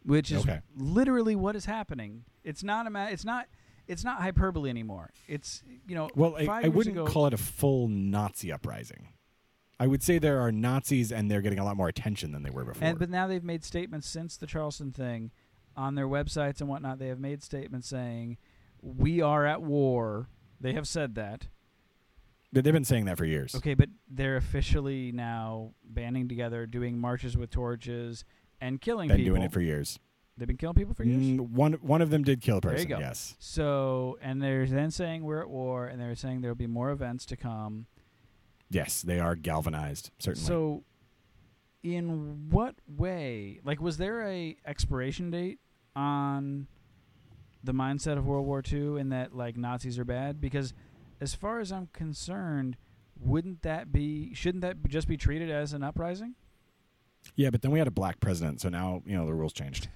[SPEAKER 3] which is
[SPEAKER 4] Okay.
[SPEAKER 3] literally what is happening, it's not a ma- it's not it's not hyperbole anymore. It's you know
[SPEAKER 4] Well,
[SPEAKER 3] five
[SPEAKER 4] I, I
[SPEAKER 3] years
[SPEAKER 4] wouldn't
[SPEAKER 3] ago,
[SPEAKER 4] call it a full Nazi uprising. I would say there are Nazis and they're getting a lot more attention than they were before.
[SPEAKER 3] And but now they've made statements since the Charleston thing on their websites and whatnot. They have made statements saying we are at war. They have said that.
[SPEAKER 4] They- They've been saying that for years.
[SPEAKER 3] Okay, but they're officially now banding together, doing marches with torches and killing
[SPEAKER 4] Been
[SPEAKER 3] people.
[SPEAKER 4] doing it for years.
[SPEAKER 3] They've been killing people for years.
[SPEAKER 4] Mm, one one of them did kill a
[SPEAKER 3] There you
[SPEAKER 4] person.
[SPEAKER 3] go.
[SPEAKER 4] Yes.
[SPEAKER 3] So, and they're then saying we're at war, and they're saying there'll be more events to come.
[SPEAKER 4] Yes, they are galvanized. Certainly.
[SPEAKER 3] So, in what way? Like, was there a expiration date on the mindset of World War II in that like Nazis are bad? Because, as far as I'm concerned, wouldn't that be? Shouldn't that just be treated as an uprising?
[SPEAKER 4] yeah, but then we had a black president, so now you know the rules changed.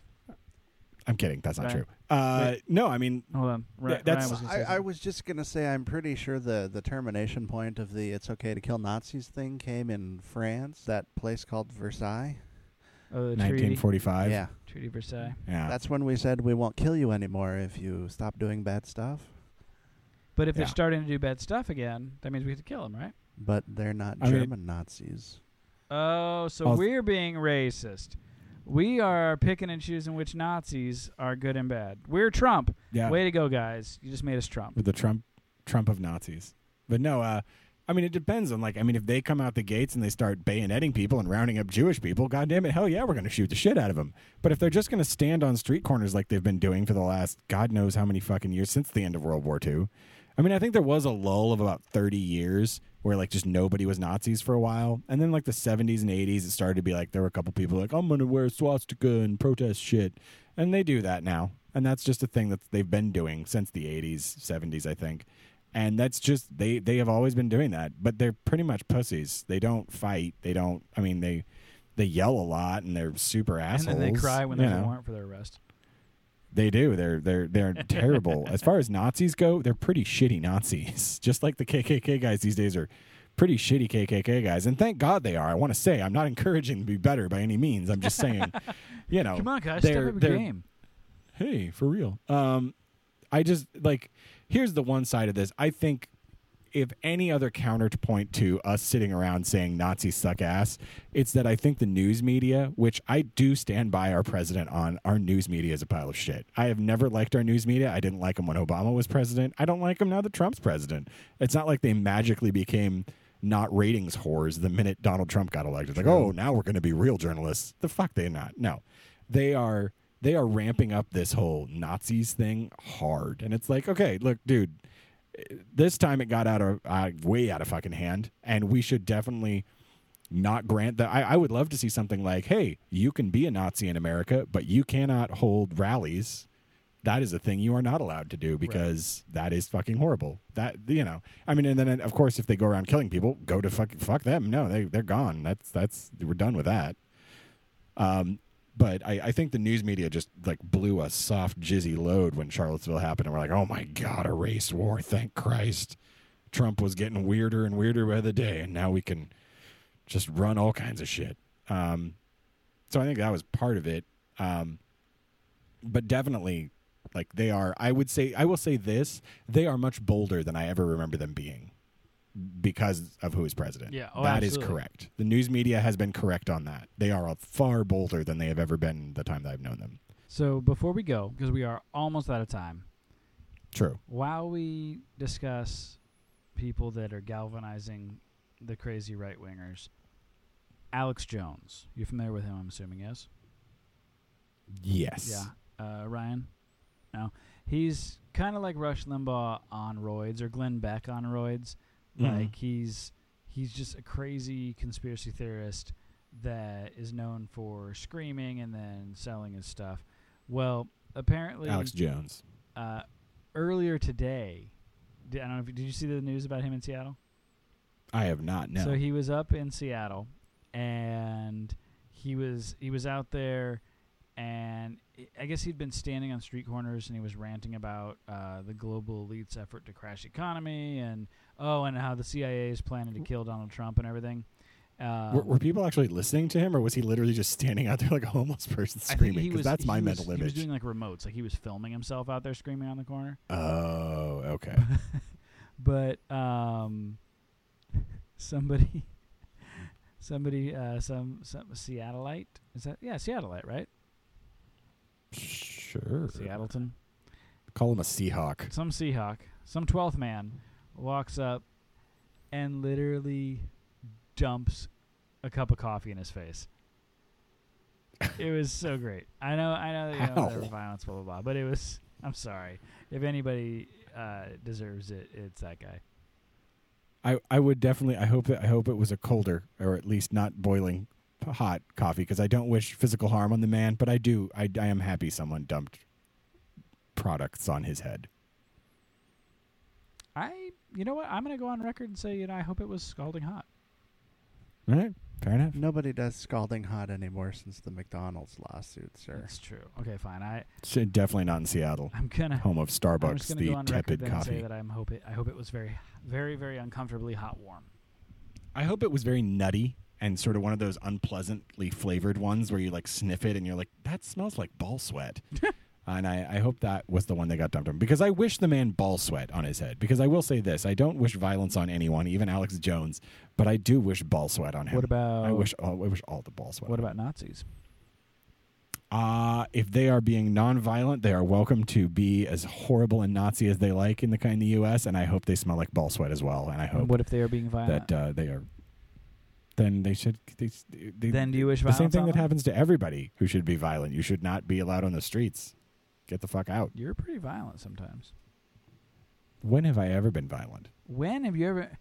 [SPEAKER 4] I'm kidding. That's not
[SPEAKER 3] Right.
[SPEAKER 4] true. Uh, no, I mean
[SPEAKER 3] Hold on, Ri-
[SPEAKER 4] Yeah, that's-
[SPEAKER 3] Ryan was gonna say
[SPEAKER 8] I, I
[SPEAKER 3] something.
[SPEAKER 8] was just gonna say I'm pretty sure the the termination point of the "it's okay to kill Nazis" thing came in France, that place called Versailles.
[SPEAKER 3] oh, the treaty,
[SPEAKER 4] 1945.
[SPEAKER 8] yeah,
[SPEAKER 3] treaty of Versailles.
[SPEAKER 4] Yeah.
[SPEAKER 8] that's when we said we won't kill you anymore if you stop doing bad stuff.
[SPEAKER 3] But if they're
[SPEAKER 4] Yeah.
[SPEAKER 3] starting to do bad stuff again, that means we have to kill them, right?
[SPEAKER 8] But they're not
[SPEAKER 4] I mean-
[SPEAKER 8] German Nazis.
[SPEAKER 3] Oh, so
[SPEAKER 4] I'll-
[SPEAKER 3] we're being racist. We are picking and choosing which Nazis are good and bad. We're Trump.
[SPEAKER 4] yeah.
[SPEAKER 3] Way to go, guys. You just made us Trump.
[SPEAKER 4] with the Trump Trump of Nazis. But no, uh, I mean it depends on like I mean if they come out the gates and they start bayoneting people and rounding up Jewish people, goddamn it, hell yeah, we're gonna shoot the shit out of them. But if they're just gonna stand on street corners like they've been doing for the last God knows how many fucking years since the end of World War II, I mean I think there was a lull of about thirty years where like just nobody was Nazis for a while, and then like the seventies and eighties it started to be like there were a couple people like I'm gonna wear a swastika and protest shit, and they do that now and that's just a thing that they've been doing since the 80s 70s i think and that's just they they have always been doing that but they're pretty much pussies they don't fight they don't i mean they they yell a lot and they're super assholes
[SPEAKER 3] and then they cry when
[SPEAKER 4] you
[SPEAKER 3] there's a
[SPEAKER 4] know.
[SPEAKER 3] warrant for their arrest.
[SPEAKER 4] they do they're they're they're terrible as far as nazis go they're pretty shitty nazis (laughs) just like the kkk guys these days are pretty shitty kkk guys and thank god they are i want to say i'm not encouraging them to be better by any means i'm just
[SPEAKER 3] (laughs)
[SPEAKER 4] saying you know
[SPEAKER 3] Come on, guys. Step
[SPEAKER 4] Oh. they're,
[SPEAKER 3] up your
[SPEAKER 4] they're
[SPEAKER 3] game.
[SPEAKER 4] hey for real um i just like here's the one side of this i think if any other counterpoint to us sitting around saying nazis suck ass it's that i think the news media which i do stand by our president on our news media is a pile of shit i have never liked our news media i didn't like him when obama was president i don't like him now that trump's president it's not like they magically became not ratings whores the minute donald trump got elected like oh now we're going to be real journalists the fuck they not no they are they are ramping up this whole Nazis thing hard, and it's like, okay, look, dude, this time it got out of uh, way out of fucking hand, and we should definitely not grant that. I, I would love to see something like, hey, you can be a Nazi in America, but you cannot hold rallies. That is a thing you are not allowed to do because that is fucking horrible. That you know, I mean, and then of course if they go around killing people, go to fuck fuck them. No, they they're gone. That's that's we're done with that. Um, but I, I think the news media just like blew a soft jizzy load when Charlottesville happened, and we're like, oh my god, a race war! Thank Christ, Trump was getting weirder and weirder by the day, and now we can just run all kinds of shit. Um, so I think that was part of it. Um, but definitely, like they are, I would say, I will say this: they are much bolder than I ever remember them being because of who is president.
[SPEAKER 3] Yeah. Oh,
[SPEAKER 4] that is
[SPEAKER 3] absolutely.
[SPEAKER 4] correct. The news media has been correct on that. They are far bolder than they have ever been the time that I've known them.
[SPEAKER 3] So before we go, because we are almost out of time,
[SPEAKER 4] True.
[SPEAKER 3] while we discuss people that are galvanizing the crazy right wingers, Alex Jones. You're familiar with him, I'm assuming, yes?
[SPEAKER 4] Yes.
[SPEAKER 3] Yeah. Uh, Ryan? No. He's kind of like Rush Limbaugh on roids or Glenn Beck on roids.
[SPEAKER 4] Mhm.
[SPEAKER 3] Like he's he's just a crazy conspiracy theorist that is known for screaming and then selling his stuff. Well, apparently
[SPEAKER 4] Alex Jones.
[SPEAKER 3] uh, earlier today, did, I don't know if you- did you see the news about him in Seattle?
[SPEAKER 4] I have not. No.
[SPEAKER 3] So he was up in Seattle, and he was he was out there, and I- I guess he'd been standing on street corners and he was ranting about uh, the global elite's effort to crash economy and oh, and how the CIA is planning to kill Donald Trump and everything. Um,
[SPEAKER 4] were, were people actually listening to him, or was he literally just standing out there like a homeless person
[SPEAKER 3] I think
[SPEAKER 4] screaming?
[SPEAKER 3] he
[SPEAKER 4] Because
[SPEAKER 3] was-
[SPEAKER 4] that's my
[SPEAKER 3] he was-
[SPEAKER 4] mental
[SPEAKER 3] He was
[SPEAKER 4] image.
[SPEAKER 3] doing like remotes, like he was filming himself out there screaming on the corner.
[SPEAKER 4] oh,
[SPEAKER 3] (laughs)
[SPEAKER 4] okay.
[SPEAKER 3] but um, (laughs) somebody, (laughs) somebody, uh, some some Seattleite is that? Yeah, Seattleite, right?
[SPEAKER 4] sure.
[SPEAKER 3] Seattleton,
[SPEAKER 4] Call him a Seahawk.
[SPEAKER 3] some Seahawk, some twelfth man walks up and literally dumps a cup of coffee in his face. it was so great. I know, I know, you know
[SPEAKER 4] Ow.
[SPEAKER 3] whatever, violence, blah blah blah. But it was. I'm sorry. If anybody uh, deserves it, it's that guy.
[SPEAKER 4] I, I would definitely I hope it, I hope it was a colder or at least not boiling p- hot coffee because I don't wish physical harm on the man, but I do I, I am happy someone dumped products on his head.
[SPEAKER 3] I, you know what? I'm gonna go on record and say, you know, I hope it was scalding hot.
[SPEAKER 4] All right, fair enough.
[SPEAKER 8] Nobody does scalding hot anymore since the McDonald's lawsuit, sir.
[SPEAKER 3] That's true. Okay, fine. I,
[SPEAKER 4] It's definitely not in Seattle,
[SPEAKER 3] I'm gonna.
[SPEAKER 4] home of
[SPEAKER 3] I'm just
[SPEAKER 4] Starbucks,
[SPEAKER 3] gonna go
[SPEAKER 4] the
[SPEAKER 3] on record
[SPEAKER 4] tepid
[SPEAKER 3] then and say
[SPEAKER 4] coffee.
[SPEAKER 3] that I'm hope it, I hope it was very, very, very uncomfortably hot warm.
[SPEAKER 4] I hope it was very nutty and sort of one of those unpleasantly flavored ones where you like sniff it and you're like, that smells like ball sweat. and I, I hope that was the one that got dumped on him because I wish the man ball sweat on his head. Because I will say this I don't wish violence on anyone, even Alex Jones, but I do wish ball sweat on him.
[SPEAKER 3] What about-
[SPEAKER 4] I wish all, I wish all the ball sweat.
[SPEAKER 3] What
[SPEAKER 4] on
[SPEAKER 3] about Nazis?
[SPEAKER 4] uh, if they are being nonviolent, they are welcome to be as horrible and Nazi as they like in the kind of U.S. And I hope they smell like ball sweat as well. And I hope
[SPEAKER 3] What if they are being violent?
[SPEAKER 4] that uh, they are. Then they should. They, they,
[SPEAKER 3] Then do you wish
[SPEAKER 4] the same
[SPEAKER 3] violence
[SPEAKER 4] thing
[SPEAKER 3] on
[SPEAKER 4] that
[SPEAKER 3] them?
[SPEAKER 4] happens to everybody who should be violent. You should not be allowed on the streets. Get the fuck out.
[SPEAKER 3] You're pretty violent sometimes.
[SPEAKER 4] When have I ever been violent?
[SPEAKER 3] When have you ever?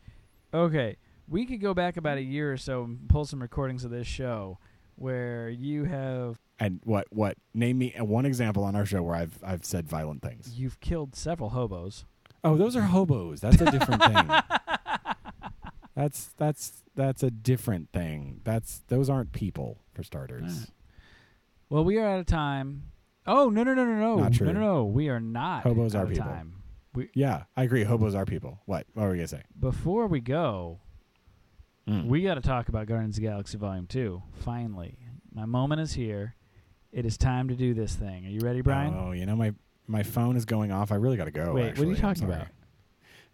[SPEAKER 3] Okay, we could go back about a year or so and pull some recordings of this show where you have
[SPEAKER 4] And what? What? Name me one example on our show where I've I've said violent things.
[SPEAKER 3] you've killed several hobos.
[SPEAKER 4] Oh, those are hobos. That's a different thing. (laughs) That's that's that's a different thing. That's those aren't people for starters.
[SPEAKER 3] Well, we are out of time. Oh no no no no no
[SPEAKER 4] Not true.
[SPEAKER 3] no no no! We are not
[SPEAKER 4] Hobos
[SPEAKER 3] out
[SPEAKER 4] are
[SPEAKER 3] of
[SPEAKER 4] people.
[SPEAKER 3] Time. We,
[SPEAKER 4] Yeah, I agree. Hobos are people. What? What were you gonna say?
[SPEAKER 3] before we go,
[SPEAKER 4] Mm.
[SPEAKER 3] we got to talk about Guardians of the Galaxy Volume Two. Finally, my moment is here. It is time to do this thing. Are you ready, Brian?
[SPEAKER 4] Oh, you know my my phone is going off. I really got to go.
[SPEAKER 3] Wait, what are
[SPEAKER 4] actually.
[SPEAKER 3] you
[SPEAKER 4] I'm
[SPEAKER 3] talking
[SPEAKER 4] sorry.
[SPEAKER 3] about?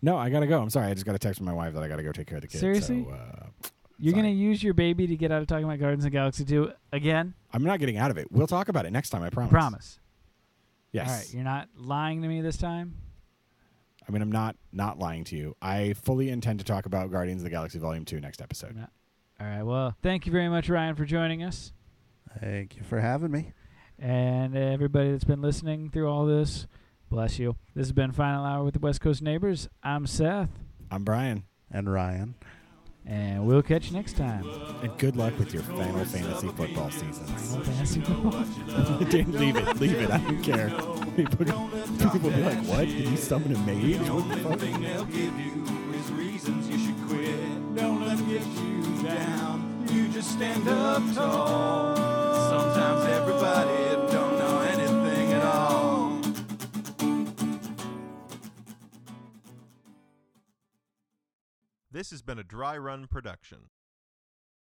[SPEAKER 4] No, I gotta go. I'm sorry. I just got a text from my wife that I gotta go take care of the kids.
[SPEAKER 3] Seriously?
[SPEAKER 4] So, uh,
[SPEAKER 3] You're gonna
[SPEAKER 4] Sorry.
[SPEAKER 3] use your baby to get out of talking about Guardians of the Galaxy Two again?
[SPEAKER 4] I'm not getting out of it. We'll talk about it next time. I promise.
[SPEAKER 3] Promise.
[SPEAKER 4] Yes.
[SPEAKER 3] All right, you're not lying to me this time.
[SPEAKER 4] I mean, I'm not not lying to you. I fully intend to talk about Guardians of the Galaxy Volume Two next episode.
[SPEAKER 3] No. All right. Well, thank you very much, Ryan, for joining us.
[SPEAKER 8] Thank you for having me.
[SPEAKER 3] And uh, everybody that's been listening through all this, bless you. This has been Final Hour with the West Coast Neighbors. I'm Seth,
[SPEAKER 4] I'm Brian,
[SPEAKER 8] And Ryan.
[SPEAKER 3] and we'll catch you next time.
[SPEAKER 4] and good luck with your Final Fantasy football (laughs) seasons.
[SPEAKER 3] Fantasy football.
[SPEAKER 4] Dan, leave it, leave it. I don't care. People, (laughs) people will be like, "What? Did you summon a mage?" What the fuck?
[SPEAKER 2] thing they'll give you is reasons you should quit. Don't let them get you down. You just stand up tall. Sometimes everybody don't know anything at all.
[SPEAKER 9] This has been a dry run production.